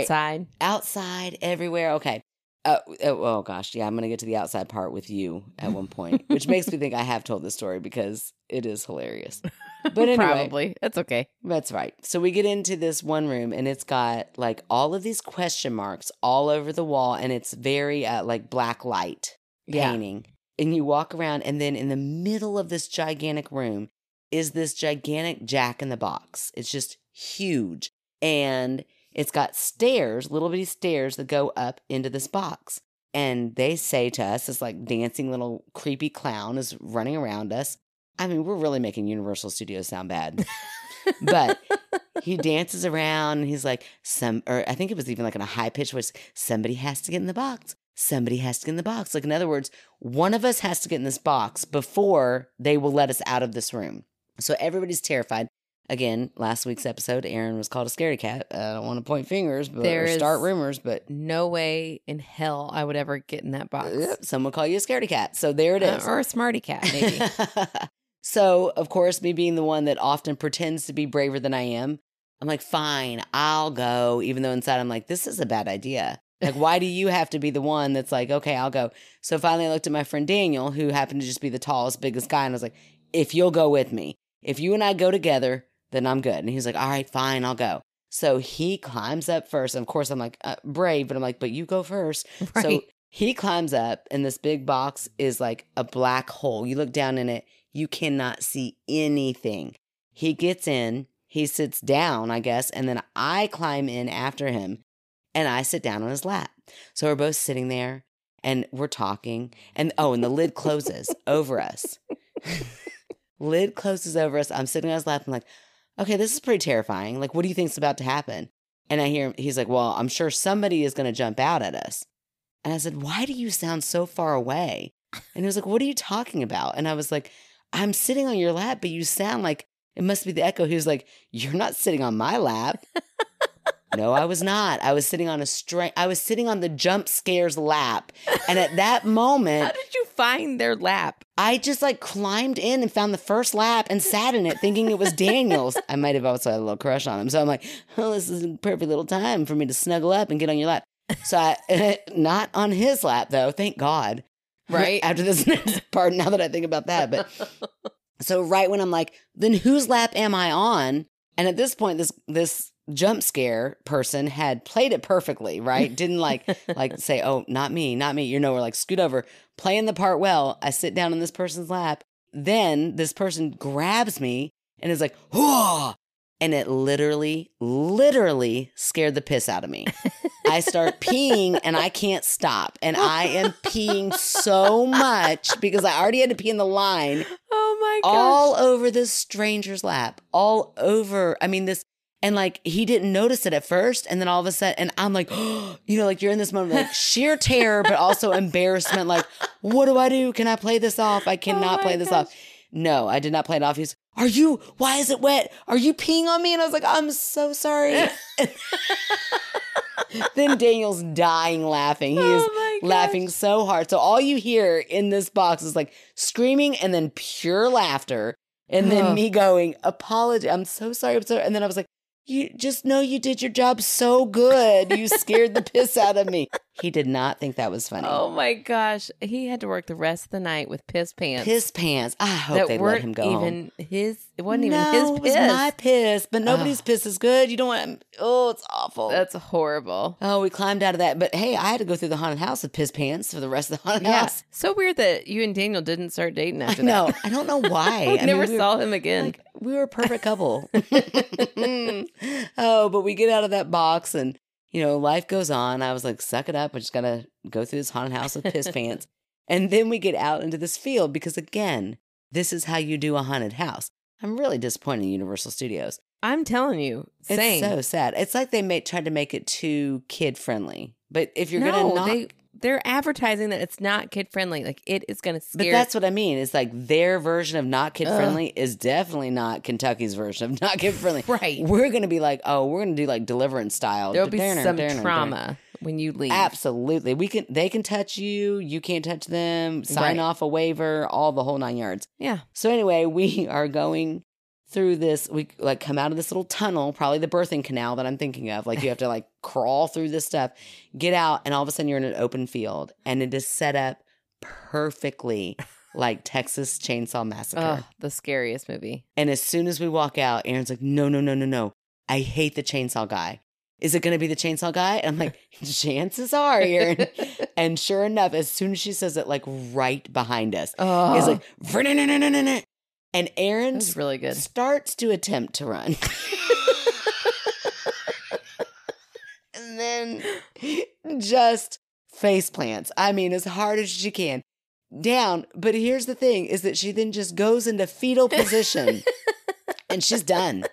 Outside. outside, everywhere. Okay. Uh, oh, oh gosh, yeah, I'm gonna get to the outside part with you at one point, which makes me think I have told this story because it is hilarious. But anyway, probably. That's okay. That's right. So we get into this one room and it's got like all of these question marks all over the wall and it's very uh, like black light Yeah. painting. And you walk around and then in the middle of this gigantic room is this gigantic jack in the box. It's just huge. And it's got stairs, little bitty stairs that go up into this box. And they say to us, this like dancing little creepy clown is running around us. I mean, we're really making Universal Studios sound bad. But he dances around and he's like, some, or I think it was even like in a high pitch voice, somebody has to get in the box. Somebody has to get in the box. Like, in other words, one of us has to get in this box before they will let us out of this room. So everybody's terrified. Again, last week's episode, Aaron was called a scaredy cat. I don't want to point fingers but, There or is- start rumors, but No way in hell I would ever get in that box. yep, some will call you a scaredy cat. So there it Uh, is. or a smarty cat, maybe. so, of course, me being the one that often pretends to be braver than I am, I'm like, fine, I'll go. Even though inside I'm like, this is a bad idea. Like, why do you have to be the one that's like, okay, I'll go? So finally, I looked at my friend Daniel, who happened to just be the tallest, biggest guy, and I was like, if you'll go with me, if you and I go together, then I'm good. And he was like, all right, fine, I'll go. So he climbs up first. And of course, I'm like, uh, brave, but I'm like, but you go first. So Right. he climbs up, and this big box is like a black hole. You look down in it, you cannot see anything. He gets in, he sits down, I guess, and then I climb in after him and I sit down on his lap. So we're both sitting there and we're talking. And oh, and the lid closes over us. lid closes over us. I'm sitting on his lap. I'm like, okay, this is pretty terrifying. Like, what do you think's about to happen? And I hear him, he's like, well, I'm sure somebody is going to jump out at us. And I said, Why do you sound so far away? And he was like, What are you talking about? And I was like, I'm sitting on your lap, but you sound like it must be the echo. He was like, You're not sitting on my lap. no, I was not. I was sitting on a string. I was sitting on the jump scare's lap. And at that How moment, did you find their lap? I just like climbed in and found the first lap and sat in it thinking it was Daniel's. I might have also had a little crush on him. So I'm like, oh, this is a perfect little time for me to snuggle up and get on your lap. So I, not on his lap though, thank God. Right. After this next part, now that I think about that. But so right when I'm like, then whose lap am I on? And at this point, this, this, jump scare person had played it perfectly right didn't like like say oh not me not me you know we're like scoot over playing the part well. I sit down in this person's lap. Then this person grabs me and is like, Whoa! and it literally, literally scared the piss out of me. I start peeing and I can't stop. And I am peeing so much because I already had to pee in the line Oh my gosh. all over this stranger's lap, all over. I mean, this, and like he didn't notice it at first, and then all of a sudden, and I'm like, you know, like you're in this moment, like sheer terror, but also embarrassment. Like, what do I do? Can I play this off? I cannot Oh my play this gosh. off. No, I did not play it off. He's, are you? Why is it wet? Are you peeing on me? And I was like, I'm so sorry. then Daniel's dying laughing. He is Oh my laughing so hard. So all you hear in this box is like screaming and then pure laughter. And then Ugh. me going, apology. I'm so sorry. I'm sorry. And then I was like, you just know you did your job so good. You scared the piss out of me. He did not think that was funny. Oh my gosh. He had to work the rest of the night with piss pants. Piss pants. I hope that they weren't let him go home. even his. It wasn't no, even his it piss. was my piss, but nobody's Ugh. piss is good. You don't want. Oh, it's awful. That's horrible. oh, we climbed out of that. But hey, I had to go through the haunted house with piss pants for the rest of the haunted Yeah. house. So weird that you and Daniel didn't start dating after No, that. I don't know I, why. I mean, never we were- saw him again. Like we were a perfect couple. oh, but we get out of that box and you know, life goes on. I was like, suck it up. I just gotta go through this haunted house with piss pants. And then we get out into this field because again, this is how you do a haunted house. I'm really disappointed in Universal Studios. I'm telling you, It's same. so sad. It's like they made tried to make it too kid friendly. But if you're no, gonna not they they're advertising that it's not kid friendly. Like it is going to But scare. that's what I mean. It's like their version of not kid Ugh. friendly is definitely not Kentucky's version of not kid friendly. right. We're gonna be like, oh, we're gonna do like deliverance style. There'll be Darner, some Darner, Darner. trauma when you leave. Absolutely. We can they can touch you, you can't touch them, sign Right. off a waiver, all the whole nine yards. Yeah. So anyway, we are going through this, we like come out of this little tunnel, probably the birthing canal that I'm thinking of. Like you have to like crawl through this stuff, get out, and all of a sudden you're in an open field and it is set up perfectly like Texas Chainsaw Massacre. Ugh, the scariest movie. And as soon as we walk out, Aaron's like, no, no, no, no, no. I hate the chainsaw guy. Is it going to be the chainsaw guy? And I'm like, chances are, Aaron. and sure enough, as soon as she says it, like right behind us, Oh, is like, "Vrna-na-na-na-na-na." and Aaron that's really good. starts to attempt to run. and then just face plants. I mean, as hard as she can down. But here's the thing is that she then just goes into fetal position and she's done.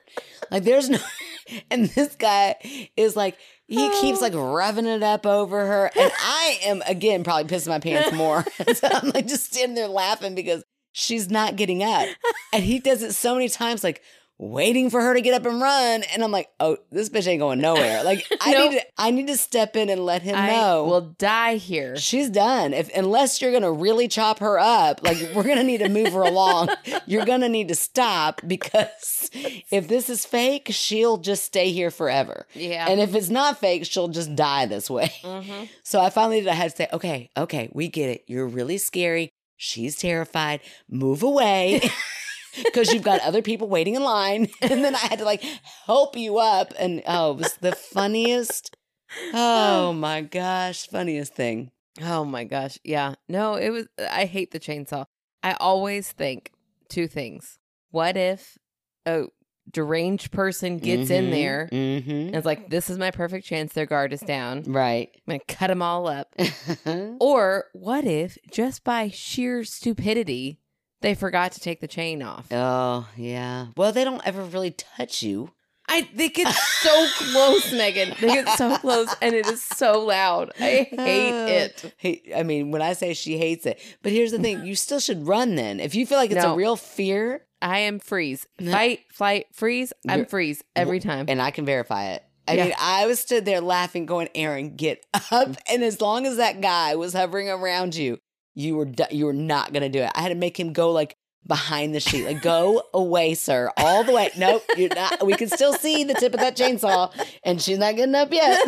Like, there's no, and this guy is like, he keeps like revving it up over her. And I am, again, probably pissing my pants more. so I'm like just standing there laughing because she's not getting up. And he does it so many times, like, waiting for her to get up and run. And I'm like, oh, this bitch ain't going nowhere. Like I Nope. need to, I need to step in and let him I know. will die here. She's done. If unless you're gonna really chop her up, like we're gonna need to move her along. You're gonna need to stop because if this is fake, she'll just stay here forever. Yeah. And if it's not fake, she'll just die this way. hmm So I finally did. I had to say, okay, okay, we get it. You're really scary. She's terrified. Move away. Because you've got other people waiting in line. And then I had to like help you up. And oh, it was the funniest. Oh my gosh, funniest thing. Oh my gosh. Yeah. No, it was uh, I hate the chainsaw. I always think two things. What if a deranged person gets in there Mm-hmm. Mm. and it's like, this is my perfect chance, their guard is down. I'm Right. gonna cut them all up. Or what if just by sheer stupidity they forgot to take the chain off? oh, yeah. Well, they don't ever really touch you. I they get so close, Megan. They get so close and it is so loud. I Uh. hate it. Hey, I mean, when I say she hates it, but here's the thing you still should run then. If you feel like it's No. a real fear, I am freeze. No. Fight, flight, freeze. I'm You're- freeze every time. and I can verify it. I Yeah. Mm. mean, I was stood there laughing, going, "Aaron, get up!" And as long as that guy was hovering around you, you were do- you were not going to do it. I had to make him go like behind the sheet, like go away, sir, all the way. Nope, you're not. We can still see the tip of that chainsaw, and she's not getting up yet.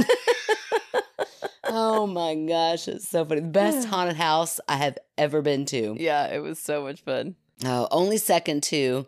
oh my gosh, it's so funny. The best haunted house I have ever been to. Yeah, it was so much fun. Oh, only second to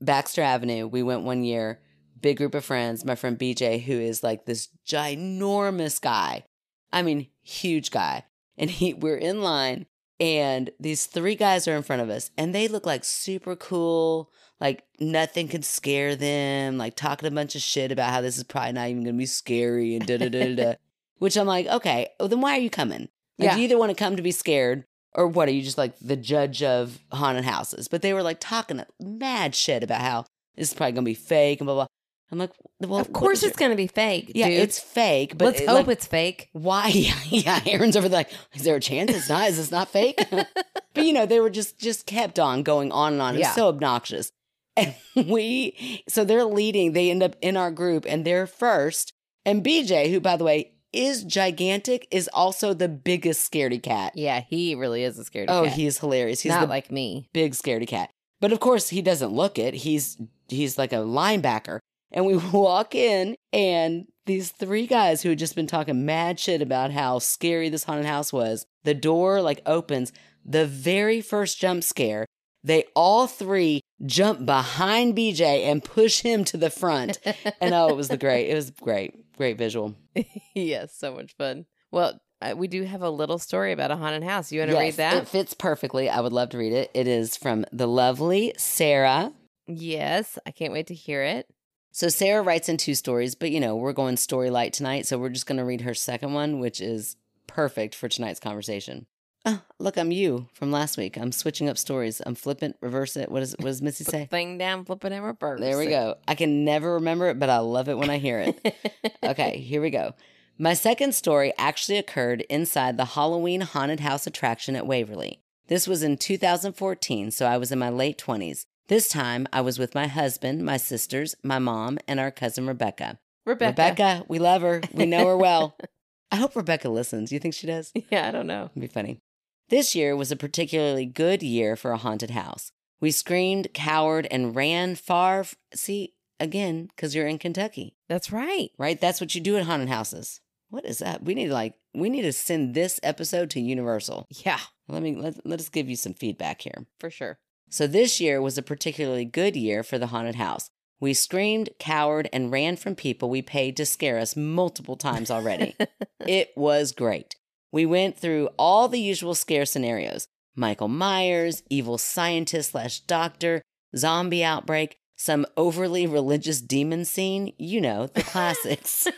Baxter Avenue. We went one year, big group of friends. My friend BJ, who is like this ginormous guy. I mean, huge guy. And he we're in line and these three guys are in front of us and they look like super cool, like nothing could scare them, like talking a bunch of shit about how this is probably not even gonna be scary and da da da da da. Which I'm like, okay, well, then why are you coming? Like, Yeah. you either want to come to be scared or what are you just like the judge of haunted houses? But they were like talking mad shit about how this is probably gonna be fake and blah blah. I'm like, well, of course, it's going to be fake. yeah, dude. it's fake. But Let's it, hope like, it's fake. why? yeah, Aaron's over there like, is there a chance it's not? Is this not fake? but you know, they were just just kept on going on and on. It's Yeah. so obnoxious. And we, so they're leading. They end up in our group, and they're first. And BJ, who by the way is gigantic, is also the biggest scaredy cat. Yeah, he really is a scaredy Oh, cat. he's hilarious. He's not the like me. big scaredy cat. But of course, he doesn't look it. He's he's like a linebacker. And we walk in, and these three guys who had just been talking mad shit about how scary this haunted house was. The door like opens. The very first jump scare, they all three jump behind BJ and push him to the front. and oh, it was the great. It was great, great visual. yes, so much fun. Well, uh, we do have a little story about a haunted house. You want to Yes, read that? It fits perfectly. I would love to read it. It is from the lovely Sarah. yes, I can't wait to hear it. So Sarah writes in two stories, but you know, we're going story light tonight, so we're just going to read her second one, which is perfect for tonight's conversation. Oh, look, I'm you from last week. I'm switching up stories. I'm flippant, reverse it. What, is, what does Missy Put the say? thing down, flip it, and reverse. Uh, There we it. go. I can never remember it, but I love it when I hear it. Okay, here we go. My second story actually occurred inside the Halloween haunted house attraction at Waverly. This was in 2014, so I was in my late 20s. This time, I was with my husband, my sisters, my mom, and our cousin Rebecca. Rebecca. Rebecca, we love her. We know her well. I hope Rebecca listens. You think she does? Yeah, I don't know. It'd be funny. This year was a particularly good year for a haunted house. We screamed, cowered, and ran far. F- See, again, because you're in Kentucky, That's right. right? That's what you do at haunted houses. What is that? We need to like we need to send this episode to Universal. Yeah, Let me let, let us give you some feedback here. for sure. So this year was a particularly good year for the haunted house. We screamed, cowered, and ran from people we paid to scare us multiple times already. it was great. We went through all the usual scare scenarios Michael Myers, evil scientist slash doctor, zombie outbreak, some overly religious demon scene, you know, the classics.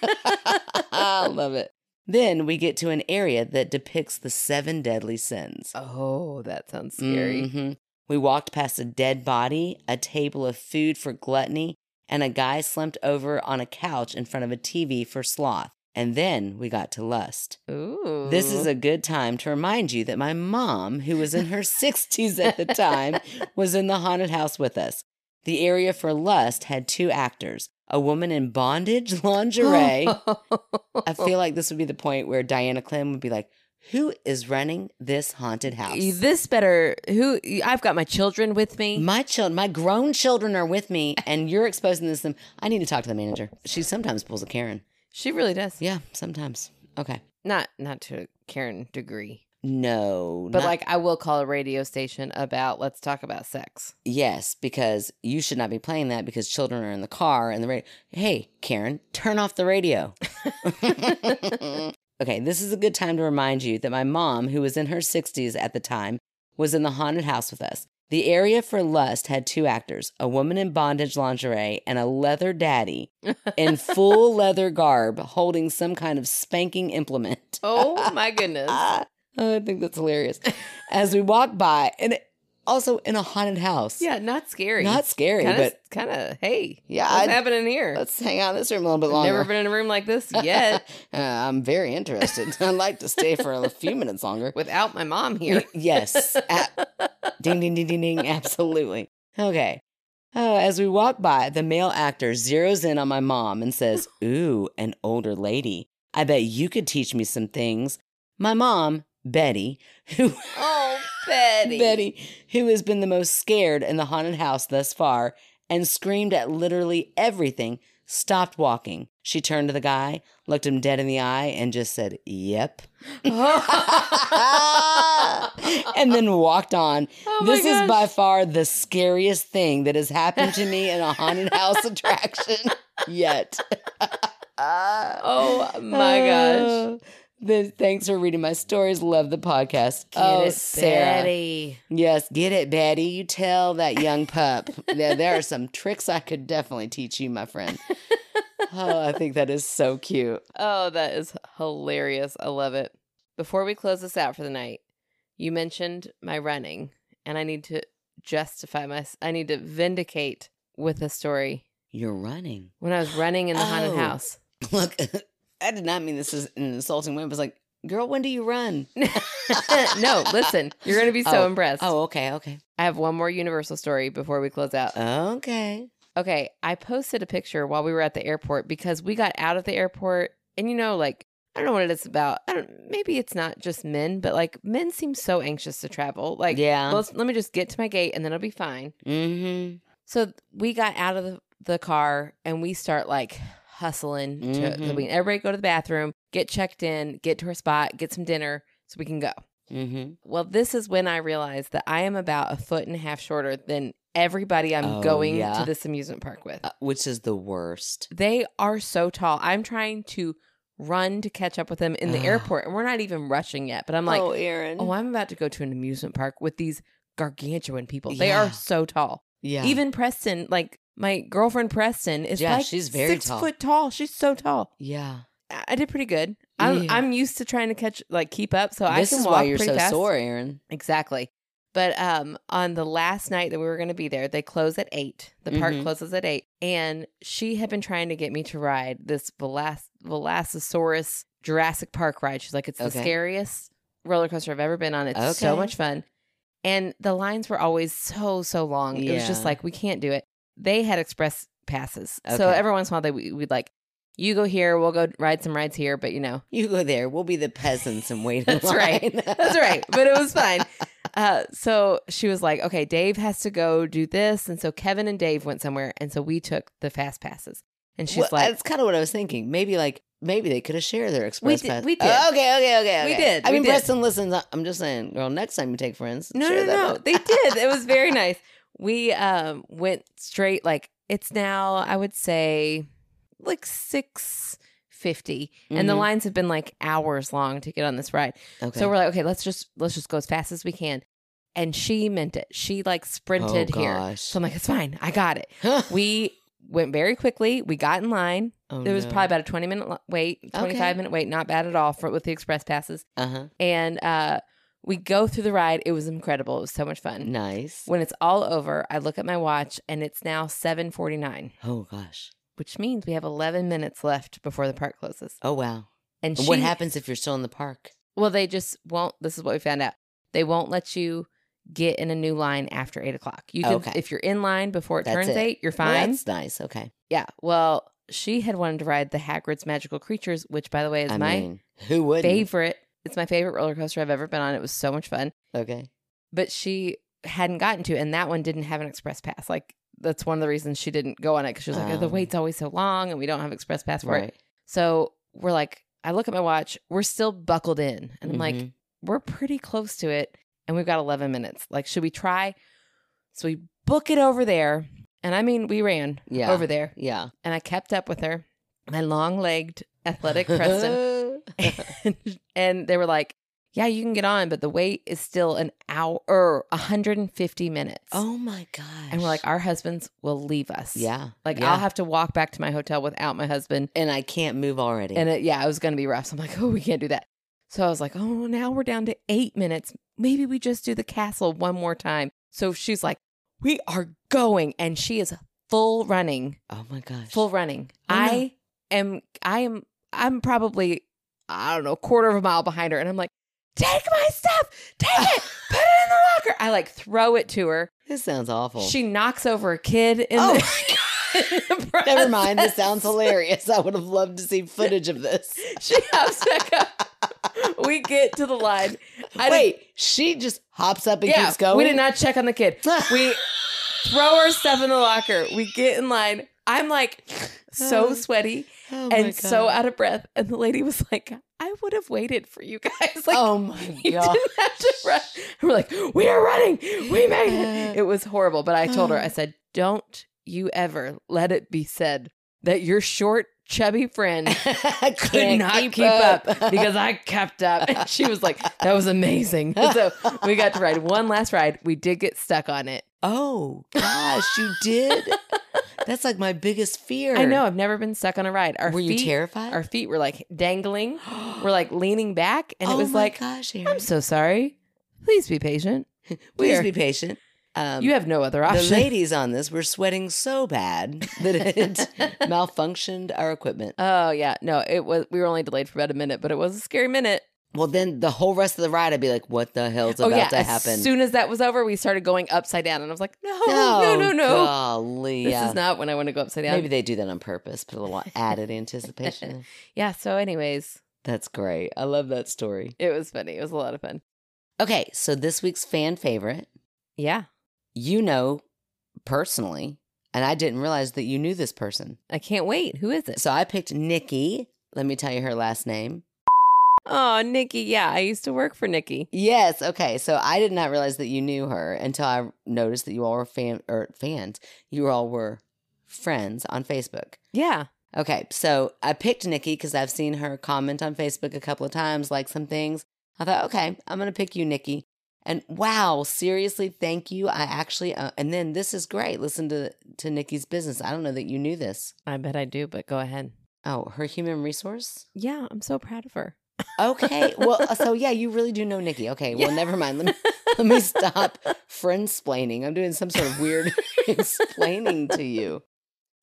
I love it. Then we get to an area that depicts the seven deadly sins. Oh, that sounds scary. Mhm. We walked past a dead body, a table of food for gluttony, and a guy slumped over on a couch in front of a TV for sloth. And then we got to lust. Ooh. Mm. This is a good time to remind you that my mom, who was in her 60s at the time, was in the haunted house with us. The area for lust had two actors a woman in bondage lingerie. I Oh. feel like this would be the point where Diana Clem would be like, Who is running this haunted house? this better. Who? I've got my children with me. My children, my grown children are with me, and you're exposing this to them. I need to talk to the manager. She sometimes pulls a Karen. she really does. Yeah, sometimes. Okay. Not not to a Karen degree, No. but not- like I will call a radio station about let's talk about sex. yes, because you should not be playing that because children are in the car and the radio. Hey, Karen, turn off the radio. okay, this is a good time to remind you that my mom, who was in her 60s at the time, was in the haunted house with us. The area for lust had two actors, a woman in bondage lingerie and a leather daddy in full leather garb holding some kind of spanking implement. Oh my goodness. Ah, I think that's hilarious. As we walked by, and it- also in a haunted house. Yeah, not scary. Not scary, kind of, but kind of. Hey, yeah, what's I'd- happening here? let's hang out in this room a little bit I've longer. never been in a room like this yet Uh, I'm very interested. I'd like to stay for a few minutes longer. without my mom here. Y- Yes. A- ding, ding, ding, ding, ding. Absolutely. Okay. Oh, as we walk by, the male actor zeroes in on my mom and says, Ooh, an older lady. I bet you could teach me some things. My mom, Betty, who Oh, Betty. Betty, who has been the most scared in the haunted house thus far and screamed at literally everything, stopped walking. She turned to the guy, looked him dead in the eye, and just said, Yep. oh and then walked on. my this is gosh. by far the scariest thing that has happened to me in a haunted house attraction yet. Oh my gosh. Uh, then thanks for reading my stories. Love the podcast. oh, Sarah. Betty. Yes, get it, Betty. You tell that young pup. there, there are some tricks I could definitely teach you, my friend. oh, I think that is so cute. Oh, that is hilarious. I love it. Before we close this out for the night, you mentioned my running, and I need to justify my. I need to vindicate with a story You're running. when I was running in the haunted Oh. house. Look, I did not mean this is an insulting way. It was like, girl, when do you run? eh, no, listen, you're going to be so Oh. impressed. Oh, okay, okay. I have one more Universal story before we close out. Okay. Okay, I posted a picture while we were at the airport because we got out of the airport and you know like I don't know what it's about. I don't maybe it's not just men, but like men seem so anxious to travel. Like yeah. well, let's, let me just get to my gate and then it'll be fine. mm-hmm. So we got out of the, the car and we start like hustling to the Mhm. we everybody go to the bathroom, get checked in, get to our spot, get some dinner so we can go. Mm-hmm. Well, this is when I realized that I am about a foot and a half shorter than everybody I'm Oh, going yeah. to this amusement park with. Uh, which is the worst. They are so tall. I'm trying to run to catch up with them in the Ugh. airport, and we're not even rushing yet. But I'm like, oh, Aaron. I'm about to go to an amusement park with these gargantuan people. They Yeah. are so tall. yeah. Even Preston, like my girlfriend Preston, is Yeah, like she's very six tall. foot tall. She's so tall. yeah. I I did pretty good. I'm, Yeah. I'm used to trying to catch, like, keep up, so I this can is walk why you're pretty so fast. sore, Aaron. Exactly. But um, on the last night that we were going to be there, they close at eight. The park Mhm. closes at eight, and she had been trying to get me to ride this Velas- Velasosaurus Jurassic Park ride. She's like, "It's the Okay. scariest roller coaster I've ever been on. It's so Okay. much fun." And the lines were always so so long. It was just Yeah. like we can't do it. They had express passes, so Okay. every once in a while they we, we'd like, "You go here, we'll go ride some rides here," but you know, You go there. We'll be the peasants and wait. in That's right. line. That's right. But it was fine. Uh, so she was like, okay, Dave has to go do this. And so Kevin and Dave went somewhere. And so we took the fast passes. And she's Well, like, that's kind of what I was thinking. Maybe like maybe they could have shared their express did- pass. we did. Oh, okay, okay, okay, We okay. did, I we mean, did. Preston listens. uh, I'm just saying, girl. Next time you take friends, no, no, share that no. with- They did. It was very nice. We um, went straight, like, it's now, I would say, like 650 and the Mhm. lines have been like hours long to get on this ride Okay. so we're like okay let's just let's just go as fast as we can and she meant it she like sprinted oh, here Gosh. so i'm like it's fine i got it we went very quickly. We got in line. Oh, There was no. probably about a 20 minute lo- wait, 25 Okay. minute wait, not bad at all for with the express passes. uh-huh. And uh, we go through the ride. It was incredible. It was so much fun. Nice. When it's all over, I look at my watch and it's now 7:49, Oh gosh. which means we have 11 minutes left before the park closes. Oh wow. And she, what happens if you're still in the park? Well, they just won't. This is what we found out. They won't let you get in a new line after eight o'clock. You can, Okay. if you're in line before it That's turns it. eight, you're Well, fine. that's nice. Okay. yeah. Well, she had wanted to ride the Hagrid's Magical Creatures, which, by the way, is I my mean, who would? favorite. It's my favorite roller coaster I've ever been on. It was so much fun. Okay. But she hadn't gotten to, and that one didn't have an express pass. Like that's one of the reasons she didn't go on it because she was like, oh, the Um. wait's always so long, and we don't have express pass for it. Right. So we're like, I look at my watch. We're still buckled in, and I'm like, Mhm. we're pretty close to it and we've got 11 minutes. Like, should we try? So we book it over there. And I mean, we ran Yeah. over there Yeah. and I kept up with her, my long legged athletic Preston. and, and they were like, yeah, you can get on, but the wait is still an hour or 150 minutes. oh my gosh. And we're like, our husbands will leave us. yeah. Like, yeah. I'll have to walk back to my hotel without my husband. and I can't move already. And it, yeah, it was going to be rough. So I'm like, oh, we can't do that. So I was like, oh, now we're down to eight minutes. Maybe we just do the castle one more time. So she's like, we are going. And she is full running, oh my gosh. full running. Oh, no. I am, I am, I'm probably, I don't know, a quarter of a mile behind her. And I'm like, take my stuff, take it, put it in the locker. I like throw it to her. This sounds awful. She knocks over a kid in Oh the. in the Never mind. This process. sounds hilarious. I would have loved to see footage of this. She hops back up. We get to the line. I didn't- Wait, she just hops up and yeah, keeps going. we did not check on the kid. We throw our stuff in the locker. We get in line. I'm like so Oh, sweaty Oh my and so God. out of breath. And the lady was like, I would have waited for you guys. Like, oh my you god. didn't have to run. Uh, And we're like, we are running. We made it. It was horrible. But I told her, I said, don't you ever let it be said that your short, chubby friend could Can't not keep, up. because I kept up. And she was like, that was amazing. So we got to ride one last ride. We did get stuck on it. oh gosh, you did. That's like my biggest fear. I know. I've never been stuck on a ride. Our Were you feet, terrified? Our feet were like dangling. We're like leaning back. And it Oh was my like, gosh, I'm Aaron. so sorry. Please be patient. we please are- be patient. Um, you have no other the option. ladies on this were sweating so bad that it malfunctioned our equipment. oh yeah. No, it was we were only delayed for about a minute, but it was a scary minute. Well, then the whole rest of the ride, I'd be like, "What the hell's oh about yeah. to happen?" As soon as that was over, we started going upside down and I was like, No, no, Oh, no, no. golly, This yeah. is not when I want to go upside down. Maybe they do that on purpose, put a little added anticipation. yeah, so anyways, That's great. I love that story. it was funny. It was a lot of fun. Okay, so this week's fan favorite, Yeah, you know personally, and I didn't realize that you knew this person. I can't wait. Who is it? So I picked Nikki. Let me tell you her last name. Oh, Nikki. Yeah, I used to work for Nikki. Yes. Okay. So I did not realize that you knew her until I noticed that you all were fan or fans. You all were friends on Facebook. Yeah. Okay, so I picked Nikki because I've seen her comment on Facebook a couple of times, like some things. I thought, okay, I'm going to pick you, Nikki. And wow, seriously, thank you. I actually, uh, and then this is great. Listen to, to Nikki's business. I don't know that you knew this. I bet I do, but go ahead. Oh, her human resource? Yeah, I'm so proud of her. Okay. Well, uh, so yeah, you really do know Nikki. Okay. Well, Yeah. never mind. Let me, let me stop friendsplaining. I'm doing some sort of weird explaining to you.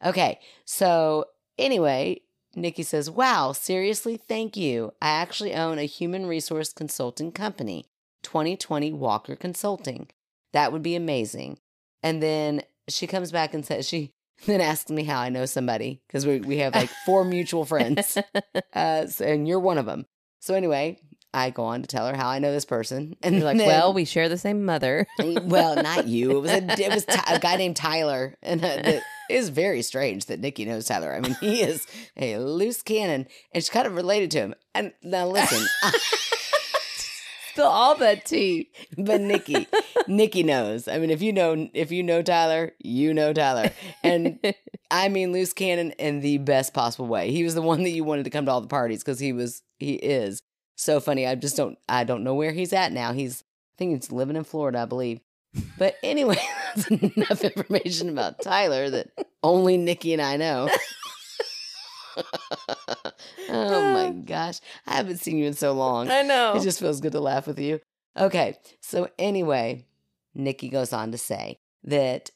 Okay. So, anyway, Nikki says, Wow, seriously, thank you. I actually own a human resource consulting company, 2020 Walker Consulting. That would be amazing. And then she comes back and says, She then asks me how I know somebody because we, we have like four mutual friends. Uh, so, and you're one of them. So, anyway, I go on to tell her how I know this person. And You're like, then- well, we share the same mother. Eh, well, not you. It was a, it was Ty- a guy named Tyler, and uh, that is very strange that Nikki knows Tyler. I mean, he is a loose cannon, and she's kind of related to him. And now listen, Spill all the tea. but Nikki, Nikki knows. I mean, if you know if you know Tyler, you know Tyler, and I mean loose cannon in the best possible way. He was the one that you wanted to come to all the parties because he was he is so funny. I just don't I don't know where he's at now. He's I think he's living in Florida, I believe. But anyway, that's enough information about Tyler that only Nikki and I know. oh my gosh. I haven't seen you in so long. I know. It just feels good to laugh with you. Okay. So, anyway, Nikki goes on to say that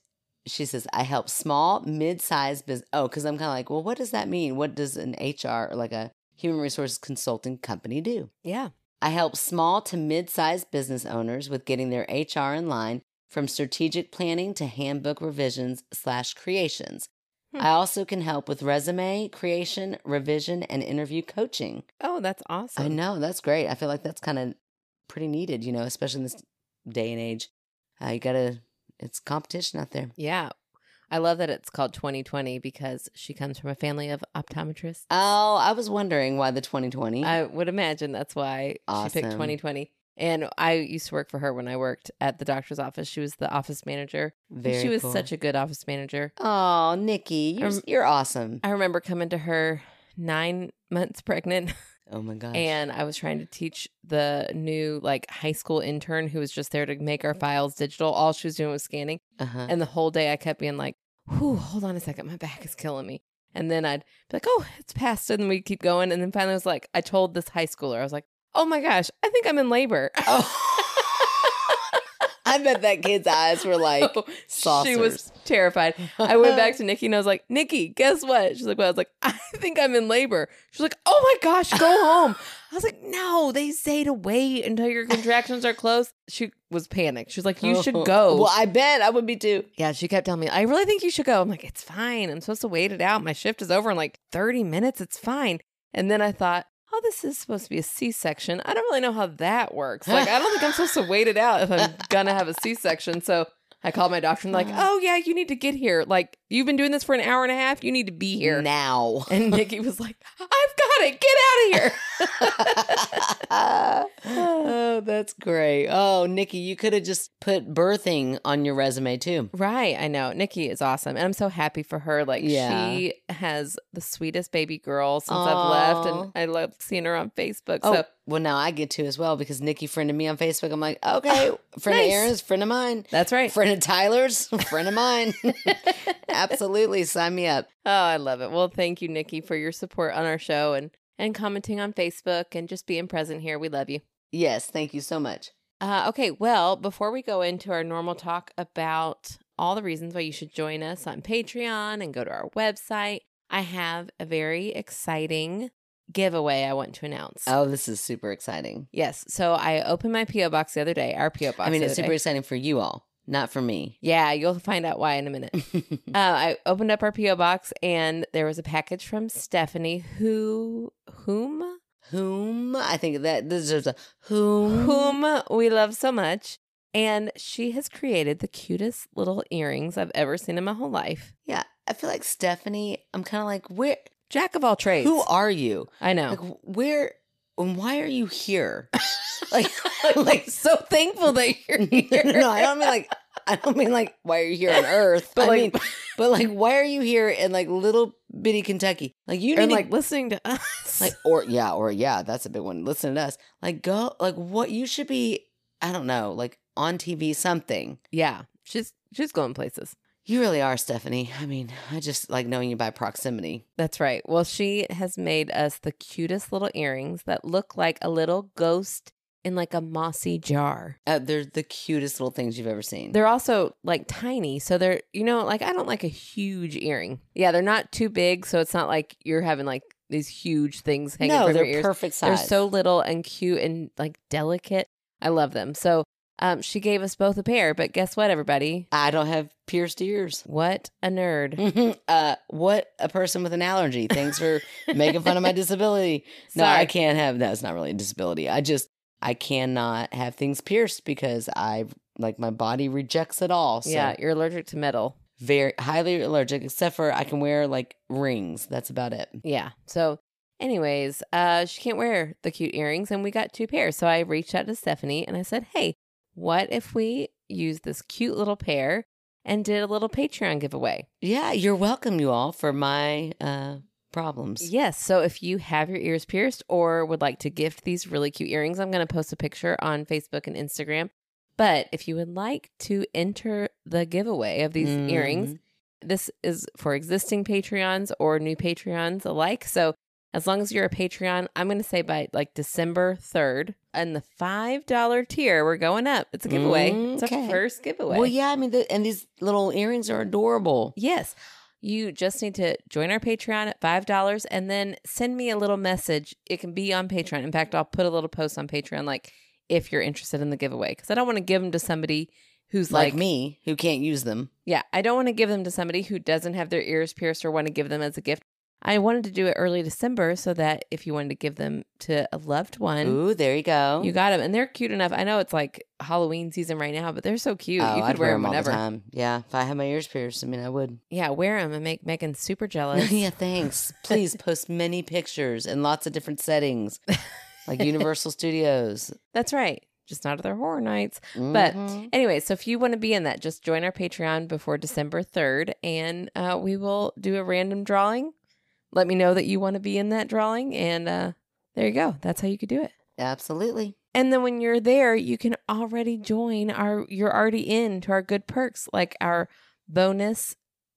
she says, I help small, mid sized business. Oh, because I'm kind of like, well, what does that mean? What does an HR or like a human resources consulting company do? yeah. I help small to mid sized business owners with getting their HR in line from strategic planning to handbook revisions slash creations. Hmm. I also can help with resume creation, revision, and interview coaching. Oh, that's awesome. I know that's great. I feel like that's kind of pretty needed, you know, especially in this day and age. Uh, you gotta, it's competition out there. Yeah. I love that it's called 2020 because she comes from a family of optometrists. Oh, I was wondering why the 2020. I would imagine that's why she Awesome. picked 2020. And I used to work for her when I worked at the doctor's office. She was the office manager. And Very she was cool. such a good office manager. Oh, Nikki, you're, Um, you're awesome. I remember coming to her nine months pregnant, Oh my gosh. and I was trying to teach the new like high school intern who was just there to make our files digital. All she was doing was scanning. uh-huh. And the whole day I kept being like, whew, hold on a second, my back is killing me. And then I'd be like, oh, it's past. And then we'd keep going. And then finally I was like, I told this high schooler, I was like, oh my gosh, I think I'm in labor. oh. I bet that kid's eyes were like saucers. Oh, she was terrified. I went back to Nikki and I was like, Nikki, guess what? She's like, well, I was like, I think I'm in labor. She's like, oh my gosh, go home. I was like, no, they say to wait until your contractions are close. She was panicked. She was like, you should go. Oh. Well, I bet I would be too. Yeah, she kept telling me, I really think you should go. I'm like, it's fine. I'm supposed to wait it out. My shift is over in like 30 minutes. It's fine. And then I thought, oh, this is supposed to be a C section. I don't really know how that works. Like, I don't think I'm supposed to wait it out if I'm going to have a C section. So I called my doctor and, like, oh, yeah, you need to get here. Like, you've been doing this for an hour and a half. You need to be here. Now. And Nikki was like, I've got it. Get out of here. oh, that's great. Oh, Nikki, you could have just put birthing on your resume too. Right, I know. Nikki is awesome. And I'm so happy for her. Like Yeah. she has the sweetest baby girl since I've left Aw. and I love seeing her on Facebook. Oh, So well, now I get to as well because Nikki friended me on Facebook. I'm like, okay, friend Nice. of Aaron's, friend of mine, that's right. friend of Tyler's, friend of mine. Absolutely, sign me up. Oh, I love it. Well, thank you Nikki for your support on our show and and commenting on Facebook and just being present here. We love you. Yes, thank you so much. Uh, okay, well, before we go into our normal talk about all the reasons why you should join us on Patreon and go to our website, I have a very exciting giveaway I want to announce. Oh, this is super exciting. Yes. So I opened my PO box the other day. Our PO box. I mean, the it's other super day. exciting for you all, not for me. Yeah, you'll find out why in a minute. uh, I opened up our PO box and there was a package from Stephanie, who, whom, whom? I think that this is a whom. whom we love so much, and she has created the cutest little earrings I've ever seen in my whole life. Yeah, I feel like Stephanie. I'm kind of like, where? Jack of all trades. Who are you? I know. Like, where and why are you here? like, like like, so thankful that you're here. no, no, I don't mean like, I don't mean like, why are you here on Earth? But I like- mean, but like, why are you here in like little bitty Kentucky? Like, you and need like like, listening to us. like, or yeah, or yeah, that's a big one. Listen to us. Like, go, like, what you should be. I don't know, like on TV, something. yeah, she's she's going places. You really are, Stephanie. I mean, I just like knowing you by proximity. That's right. Well, she has made us the cutest little earrings that look like a little ghost in like a mossy jar. Uh, they're the cutest little things you've ever seen. They're also like tiny, so they're you know like I don't like a huge earring. Yeah, they're not too big, so it's not like you're having like these huge things hanging no, from they're your ears. perfect size. They're so little and cute and like delicate. I love them. So, um, she gave us both a pair, but guess what, everybody? I don't have pierced ears. What a nerd! Mhm. uh, what a person with an allergy. Thanks for making fun of my disability. No, I Sorry. can't have that's not really a disability. I just I cannot have things pierced because I like my body rejects it all. So Yeah, you're allergic to metal. very highly allergic, except for I can wear like rings. That's about it. Yeah. So, anyways, uh, she can't wear the cute earrings, and we got two pairs. So I reached out to Stephanie and I said, "Hey, what if we use this cute little pair and did a little Patreon giveaway?" Yeah, you're welcome, you all, for my uh problems. Yes. So if you have your ears pierced or would like to gift these really cute earrings, I'm going to post a picture on Facebook and Instagram. But if you would like to enter the giveaway of these Mhm. earrings, this is for existing Patreons or new Patreons alike. So as long as you're a Patreon, I'm going to say by like December 3rd, and the $5 tier, we're going up. It's a giveaway. It's our Okay. first giveaway. Well, yeah, I mean, the, and these little earrings are adorable. Yes. you just need to join our Patreon at $5 and then send me a little message. It can be on Patreon. In fact, I'll put a little post on Patreon, like if you're interested in the giveaway, because I don't want to give them to somebody who's like, like, me who can't use them. Yeah, I don't want to give them to somebody who doesn't have their ears pierced or want to give them as a gift. I wanted to do it early December so that if you wanted to give them to a loved one, Ooh, there you go. you got them. And they're cute enough. I know it's like Halloween season right now, but they're so cute. Oh, you could I'd wear 'em them all the whenever. time. Yeah, if I had my ears pierced, I mean, I would. Yeah, wear them and make Megan super jealous. yeah, thanks. Please post many pictures in lots of different settings, like Universal Studios. That's right. Just not other horror nights. But- Mhm. Anyway, so if you want to be in that, just join our Patreon before December 3rd and uh, we will do a random drawing. Let me know that you want to be in that drawing. And uh, there you go. That's how you could do it. absolutely. And then when you're there, you can already join our you're already in to our good perks like our bonus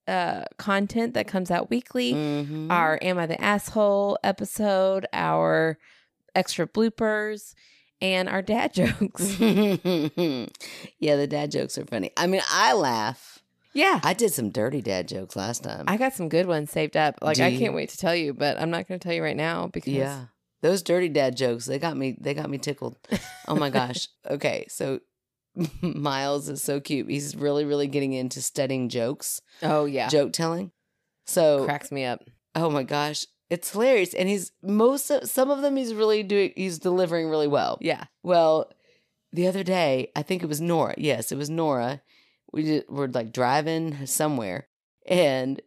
uh content that comes out weekly, Mhm. our Am I the Asshole episode, our extra bloopers, and our dad jokes. yeah, the dad jokes are funny. I mean, I laugh. yeah. I did some dirty dad jokes last time. I got some good ones saved up. Like Do I you? can't wait to tell you, but I'm not going to tell you right now because yeah. Those dirty dad jokes, they got me they got me tickled. Oh my gosh. Okay, so Miles is so cute. He's really really getting into studying jokes, Oh yeah. joke telling. So, Cracks me up. oh my gosh, it's hilarious and he's most of, some of them he's really doing he's delivering really well. Yeah. Well, the other day, I think it was Nora. Yes, it was Nora. We did, were like driving somewhere and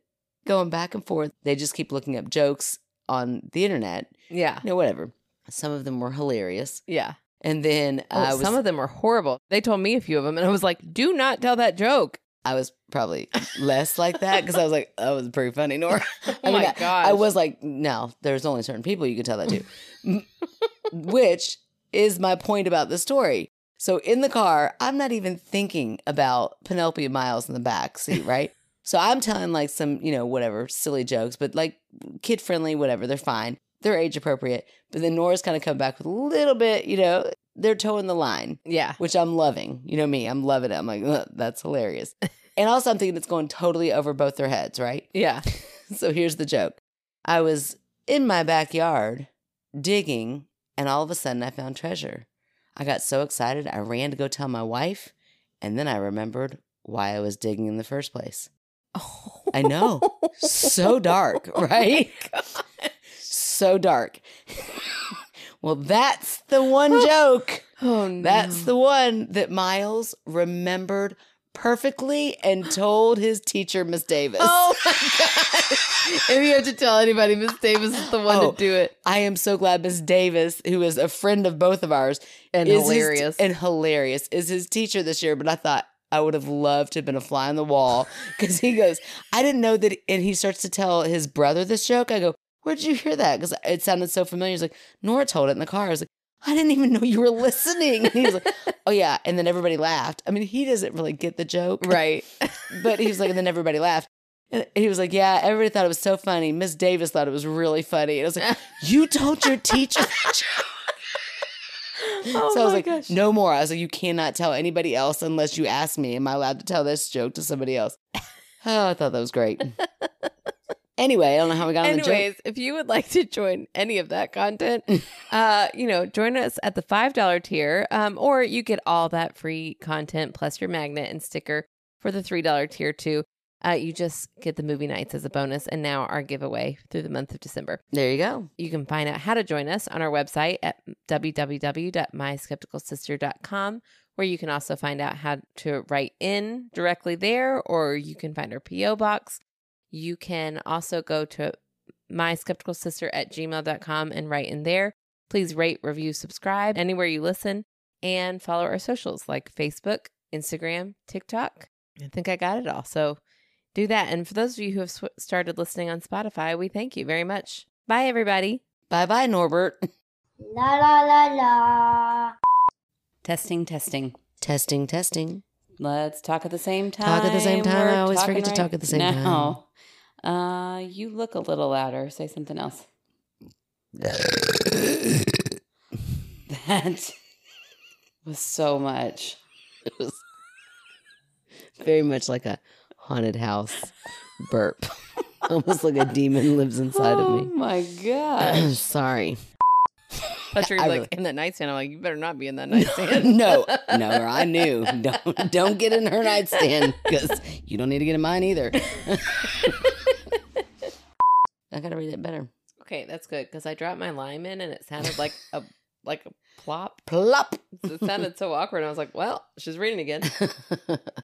going back and forth. They just keep looking up jokes on the internet. Yeah. You know, whatever. Some of them were hilarious. Yeah. And then Oh, I was some of them are horrible. They told me a few of them and I was like, "Do not tell that joke." I was probably less like that because I was like, that was pretty funny, Nora. Oh I mean, my gosh. I was like, no, there's only certain people you can tell that to, M- which is my point about the story. So in the car, I'm not even thinking about Penelope and Miles in the back seat, right? so I'm telling like some, you know, whatever silly jokes, but like kid friendly, whatever. They're fine, they're age appropriate. But then Nora's kind of come back with a little bit, you know, they're toeing the line Yeah. which I'm loving. You know me, I'm loving it. I'm like, "Ugh, that's hilarious. And also, I'm thinking it's going totally over both their heads, right? Yeah. So here's the joke I was in my backyard digging, and all of a sudden I found treasure. I got so excited, I ran to go tell my wife, and then I remembered why I was digging in the first place. I know. So dark, right? So dark. well, that's the one joke. Oh no. That's the one that Miles remembered perfectly and told his teacher, Miss Davis. Oh my god. if you have to tell anybody, Miss Davis is the one Oh, to do it. I am so glad Miss Davis, who is a friend of both of ours, And is his- hilarious. and hilarious, is his teacher this year. But I thought I would have loved to have been a fly on the wall because he goes, I didn't know that. And he starts to tell his brother this joke. I go, Where'd you hear that? Because it sounded so familiar. He's like, Nora told it in the car. I was like, I didn't even know you were listening. And he was like, Oh, yeah. And then everybody laughed. I mean, he doesn't really get the joke. right. But he was like, and then everybody laughed. And he was like, yeah, everybody thought it was so funny. Miss Davis thought it was really funny. And I was like, you told your teacher. that joke?" Oh so I was my like, gosh. no more. I was like, you cannot tell anybody else unless you ask me. Am I allowed to tell this joke to somebody else? Oh, I thought that was great. anyway, I don't know how we got on the joke. Anyways, if you would like to join any of that content, uh, you know, join us at the five dollar tier, um, or you get all that free content plus your magnet and sticker for the three dollar tier too. Uh, you just get the movie nights as a bonus, and now our giveaway through the month of December. There you go. You can find out how to join us on our website at www.myskepticalsister.com, where you can also find out how to write in directly there, or you can find our P.O. box. You can also go to myskepticalsister at gmail.com and write in there. Please rate, review, subscribe anywhere you listen, and follow our socials like Facebook, Instagram, TikTok. I think I got it all. So do that. And for those of you who have sw- started listening on Spotify, we thank you very much. Bye, everybody. Bye bye, Norbert. La la la la. Testing, testing. testing, testing. Let's talk at the same time. Talk at the same time. We're I always talking forget to right talk at the same time. now. Uh, you look a little louder. Say something else. That was so much. It was very much like a haunted house burp. Almost like a demon lives inside oh of me. my gosh. Sorry. But you're I like really- in that nightstand. I'm like, you better not be in that nightstand. no, no, I knew. Don't don't get in her nightstand because you don't need to get in mine either. I gotta read it better. Okay, that's good because I dropped my lime in and it sounded like a like a plop. Plop. It sounded so awkward. I was like, well, she's reading again.